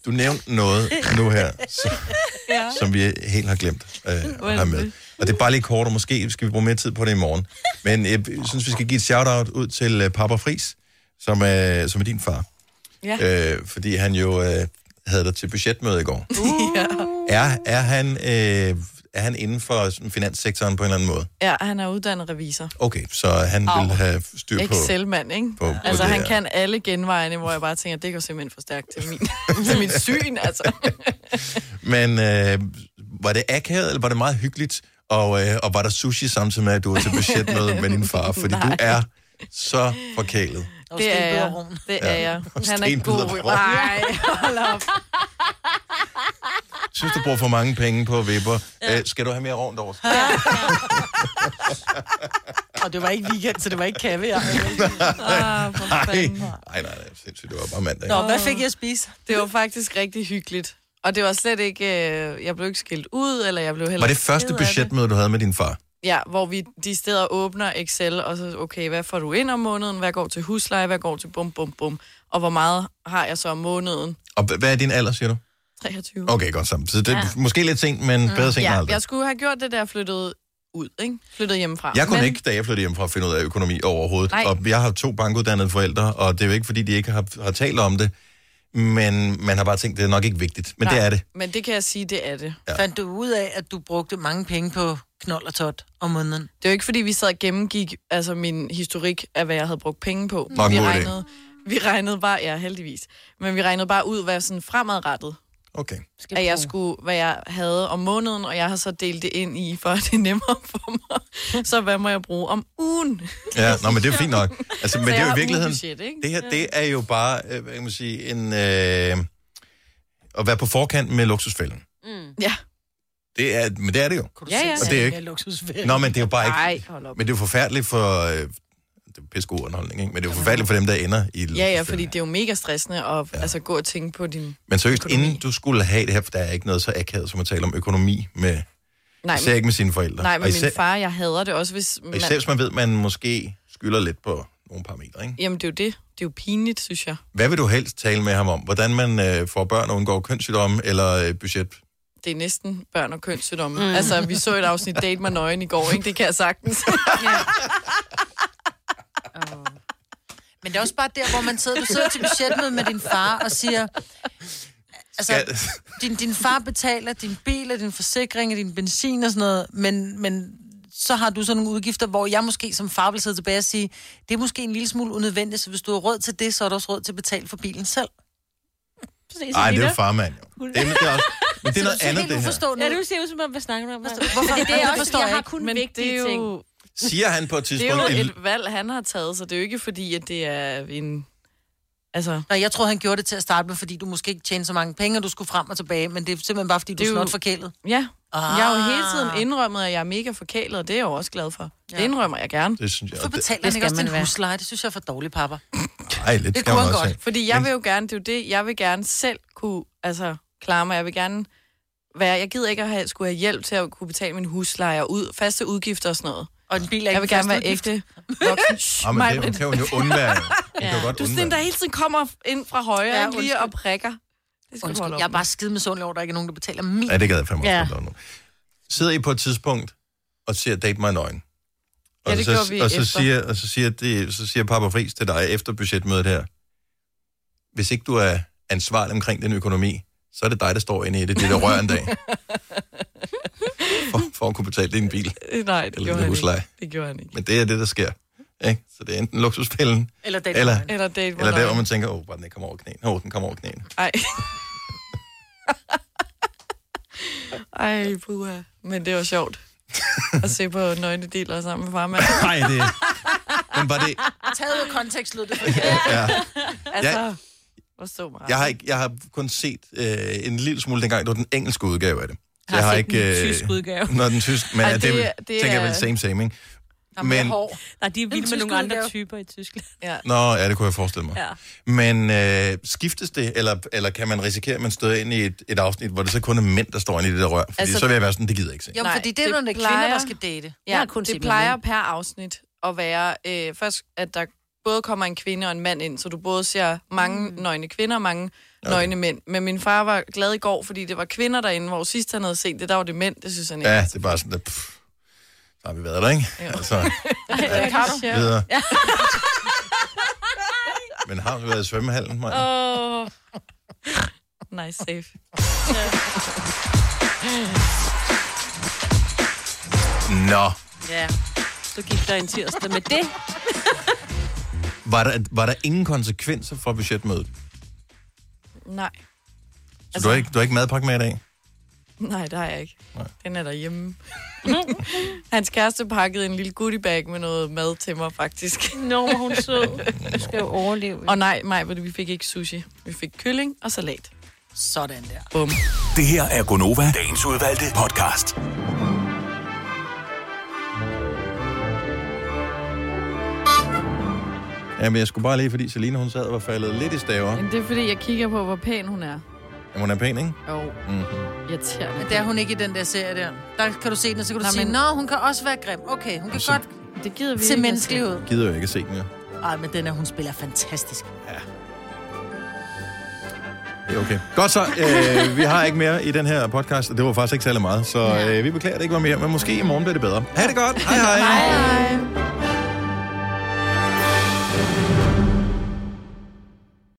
A: Du nævnte noget nu her, som,
K: Ja.
A: som vi helt har glemt øh, at have med. Og det er bare lige kort, og måske skal vi bruge mere tid på det i morgen. Men jeg synes, vi skal give et shout-out ud til øh, Papa Fris, som er, som er din far. Ja. Øh, fordi han jo øh, havde dig til budgetmøde i
K: Uh.
A: går.
E: ja.
A: Er, er, han, øh, er han inden for sådan finanssektoren på en eller anden måde?
E: ja, han er uddannet revisor.
A: Okay, så han
E: Au.
A: vil have styr på...
E: Excel-mand, ikke?
A: på- på
E: altså,
A: det
E: han
A: her.
E: kan alle genvejene, hvor jeg bare tænker, det går simpelthen for stærkt til, min, til mit syn, altså.
A: Men øh, var det akavet, eller var det meget hyggeligt? Og, øh, og var der sushi samtidig med, at du var til budgetmøde med din far? Fordi du
E: Nej.
A: er så forkælet.
E: Det er jeg. Det er
A: Ja.
E: jeg.
A: Og
E: Han er ikke god.
A: stenbiderrogn.
E: Nej, hold op.
A: Synes, du bruger for mange penge på vipper. Ja. Øh, skal du have mere rundt over?
E: Ah,
D: Og det var ikke weekend, så det var ikke kaviar.
E: Ah, for
A: nej.
E: fanden.
A: nej, nej, nej, sindssygt. Det var bare mandag.
E: Nå, hvad fik jeg at spise? Det var faktisk rigtig hyggeligt. Og det var slet ikke... Øh, jeg blev ikke skilt ud, eller jeg blev heller
A: Var det
E: ikke
A: første
E: ked af det.
A: budgetmøde, du havde med din far?
E: Ja, hvor vi de steder åbner Excel, og så, okay, hvad får du ind om måneden? Hvad går til husleje? Hvad går til bum, bum, bum? Og hvor meget har jeg så om måneden?
A: Og h- hvad er din alder, siger du?
E: 23.
A: Okay, godt sammen. Så det er
E: Mm. Ja. Mm.
A: måske lidt sent, men bedre sent end
E: ja,
A: aldrig.
E: jeg skulle have gjort det, da jeg flyttede ud, ikke? Flyttede hjemmefra.
A: Jeg kunne
E: Men-
A: ikke, da jeg flyttede hjem fra at finde ud af økonomi overhovedet. Nej.
E: Nej.
A: Og jeg har to bankuddannede forældre, og det er jo ikke, fordi de ikke har, har talt om det. Men man har bare tænkt, det er nok ikke vigtigt. Men Nej. det er det.
E: Men det kan jeg sige, det er det.
A: Ja.
D: Fandt du ud af, at du brugte mange penge på knold og tot om måneden?
E: Det er jo ikke, fordi vi sad og gennemgik altså, min historik af, hvad jeg havde brugt penge på.
A: Var en
E: vi,
A: god idé.
E: regnede, vi regnede bare, ja heldigvis, men vi regnede bare ud, hvad sådan fremadrettet,
A: Okay.
E: at jeg skulle, hvad jeg havde om måneden, og jeg har så delt det ind i, for at det er nemmere for mig. Så hvad må jeg bruge om ugen?
A: Ja, nå, men det er fint nok. Altså, men
E: Så
A: det
E: jeg
A: er jo
E: har
A: i virkeligheden...
E: ugebudget, ikke?
A: det her, det er jo bare, øh, hvad kan man sige, en... Øh, at være på forkant med luksusfælden.
E: Mm. Ja.
A: Det er, men det er det jo.
D: Kunne
E: du Ja, ja.
A: Og det er jo
D: Med
A: ikke...
D: luksusferie.
A: Nå, men det er jo bare ikke...
E: Ej, hold op.
A: Men det er jo forfærdeligt for... Øh, det er pisse god underholdning, ikke? Men det er jo forfærdeligt for dem, der ender i
E: Ja, ja, fordi det er jo mega stressende at ja. altså, gå og tænke på din...
A: Men seriøst, inden du skulle have det her, for der er ikke noget så akavet som at tale om økonomi med... Nej, især ikke med sine forældre.
E: Nej,
A: og
E: men
A: især,
E: min far, jeg hader det også, hvis
A: og især hvis man ved, at man måske skylder lidt på nogle parametre, ikke?
E: Jamen, det er jo det. Det er jo pinligt, synes jeg.
A: Hvad vil du helst tale med ham om? Hvordan man øh, får børn og undgår kønssygdomme eller øh, budget?
E: det er næsten børn og kønssygdomme.
A: Mm.
E: Mm. Altså, vi så et afsnit Date mig nøgen i går, ikke? Det kan jeg sagtens. ja.
D: Men det er også bare der, hvor man sidder, du sidder til budgetmøde med din far og siger, altså, din, din far betaler din bil og din forsikring og din benzin og sådan noget, men, men
B: så har du sådan nogle udgifter, hvor jeg måske som far vil sidde tilbage og sige, det er måske en lille smule unødvendigt, så hvis du har råd til det, så er du også råd til at betale for bilen selv.
A: Nej, det er jo farmand, jo. Det er, det er også, men
C: Så
A: det er
C: du
A: noget
C: ser
A: andet,
C: helt
A: det her.
C: uforstående ud. Ja, du ser ud som om, hvad snakker du om?
B: Hvorfor?
C: Men det, det er
B: Det
C: også,
B: forstår
C: forstår
B: jeg
C: jeg har
B: ikke,
C: kun
B: men
C: vigtige
B: det er
C: jo...
B: jo-
C: ting.
A: Siger han på et
E: Det er
A: tidspunkt...
E: jo
A: en-
E: et valg, han har taget, så det er jo ikke fordi, at det er en... Altså...
B: Nå, jeg tror, han gjorde det til at starte med, fordi du måske ikke tjente så mange penge, og du skulle frem og tilbage, men det er simpelthen bare, fordi
E: Det
B: du er
E: er jo-
B: snot forkælet.
E: Ja,
B: Ah.
E: ah. jeg har jo hele tiden indrømmet, at jeg er mega forkælet, og det er jeg jo også glad for. Ja. Det indrømmer jeg gerne.
A: Det synes jeg.
B: Hvorfor betaler han ikke også din husleje? Det synes jeg er for dårligt, pappa.
A: Ej, lidt
E: Det
A: skal
E: kunne
A: man
E: han
A: også
E: godt,
A: have.
E: fordi jeg vil jo gerne, det er jo det, jeg vil gerne selv kunne altså, klare mig. Jeg vil gerne være, jeg gider ikke at have, skulle have hjælp til at kunne betale min husleje og ud, faste udgifter og sådan noget.
B: Og en bil er
E: Jeg
B: ikke
E: vil
B: en
E: gerne
B: fast
E: være
B: udgift.
E: ægte voksen. Shh,
A: Ja, men det, hun
E: Maj-Brit.
A: kan jo undvære. Hun kan jo godt
E: Du er sådan en,
A: undvære.
E: der hele tiden kommer ind fra højre
B: Ja,
E: ja, lige og prikker. Det skal
B: Undskyld,
E: holde op
B: jeg er
E: med.
B: bare skide med sund over, at der ikke er nogen, der betaler min.
A: Ja, det gad jeg fandme også
B: Ja.
A: godt lave nu. Sidder I på et tidspunkt og siger, date mig nøgen? Og
B: Ja, det
A: så,
B: gjorde vi
A: og så
B: efter.
A: siger, og så siger, det, så siger Papa Friis til dig efter budgetmødet her, hvis ikke du er ansvarlig omkring din økonomi, så er det dig, der står inde i det, det der rør en dag. For, for at kunne betale din bil.
E: Nej, det
A: Eller
E: gjorde
A: din
E: han
A: husleje.
E: ikke. Det gjorde han ikke.
A: Men det er det, der sker. Ikke? Så det er enten luksuspillen,
E: Eller Øh, date
A: eller,
E: mig nøgen. Eller date mig
A: eller der, hvor
E: nøgen.
A: man tænker, åh, oh, bare den ikke kommer over knæen. Åh, oh, den kommer over knæen.
E: Ej. Ej, puha. Men det var sjovt. At se på nøgne dealer sammen med farmand.
A: Nej, det... Men var det...
B: Taget ud af kontekst lød det.
A: Ja.
E: Altså,
A: Ja.
E: forstå mig.
A: Jeg har, ikke, jeg har kun set øh, en lille smule dengang, det var den engelske udgave af det.
E: Jeg har set den tyske udgave.
A: Nå, øh, den tyske, men
C: Ej,
A: Ej, det,
C: det-
A: det,
C: det
A: tænker jeg
C: er-
A: vel same, same,
C: Men...
A: ikke? Men,
C: Nej, de er vilde med nogle andre typer i Tyskland.
E: Ja.
A: nå, ja, det kunne jeg forestille mig.
C: Ja.
A: Men øh, skiftes det, eller, eller kan man risikere, at man støder ind i et, et afsnit, hvor det så kun er mænd, der står inde i det der rør? Fordi
E: Altså-
A: altså, så vil jeg være sådan, det gider jeg ikke se.
B: Jo, fordi det er jo, når det er kvinder, der skal date. Jeg
E: Ja,
B: har kun set
E: det
B: med
E: plejer
B: mænd.
E: per afsnit at være, øh, først at der både kommer en kvinde og en mand ind, så du både ser mange mm. nøgne kvinder og mange okay. nøgne mænd. Men min far var glad i går, fordi det var kvinder derinde, hvor sidst han havde set det, der var det mænd, det synes han ikke.
A: Ja, det er bare sådan, der, pff, så har vi været der, ikke? Altså,
E: Ja,
A: ja, videre. Men har vi været i svømmehallen, Maja?
E: Åh. Nice save.
A: Nå,
C: Ja. Du gik der en tirsdag med det.
A: var der, var der ingen konsekvenser fra budgetmødet?
E: Nej,
A: Så altså, du, har ikke, du har ikke madpakke med i dag?
E: nej, det har jeg ikke. Nej. Den er derhjemme. Hans kæreste pakkede en lille goodiebag med noget mad til mig, faktisk.
C: Nå, hvor hun sød.
E: Du skal jo overleve. Og nej, nej, vi fik ikke sushi. Vi fik kylling og salat.
B: Sådan der.
E: Bum.
G: Det her er Gonova, dagens udvalgte podcast.
A: Jamen, jeg skulle bare lige, fordi Selina, hun sad og var faldet lidt i staver.
E: Men det er fordi, jeg kigger på, hvor pæn hun er.
A: Jamen, hun er pæn, ikke?
E: Jo,
A: Mm-hmm.
E: irriterende.
B: Men det er hun ikke i den der serie der. Der kan du se den, og så kan du
E: Nå,
B: Nå, sige,
E: men- Altså,
B: Nå, hun kan også være grim. Okay, hun kan
A: så-
B: godt
E: det gider altså.
B: se menneskelig ud.
A: Gider jo ikke at se den, ja.
B: Ej, men den er, hun spiller fantastisk.
A: Ja. Det er okay. Godt så, øh, vi har ikke mere i den her podcast, og det var faktisk ikke særlig meget, så øh, vi beklager, at det ikke var mere, men måske i morgen bliver det bedre. Ha' det godt. Hej hej.
E: Hej, hej.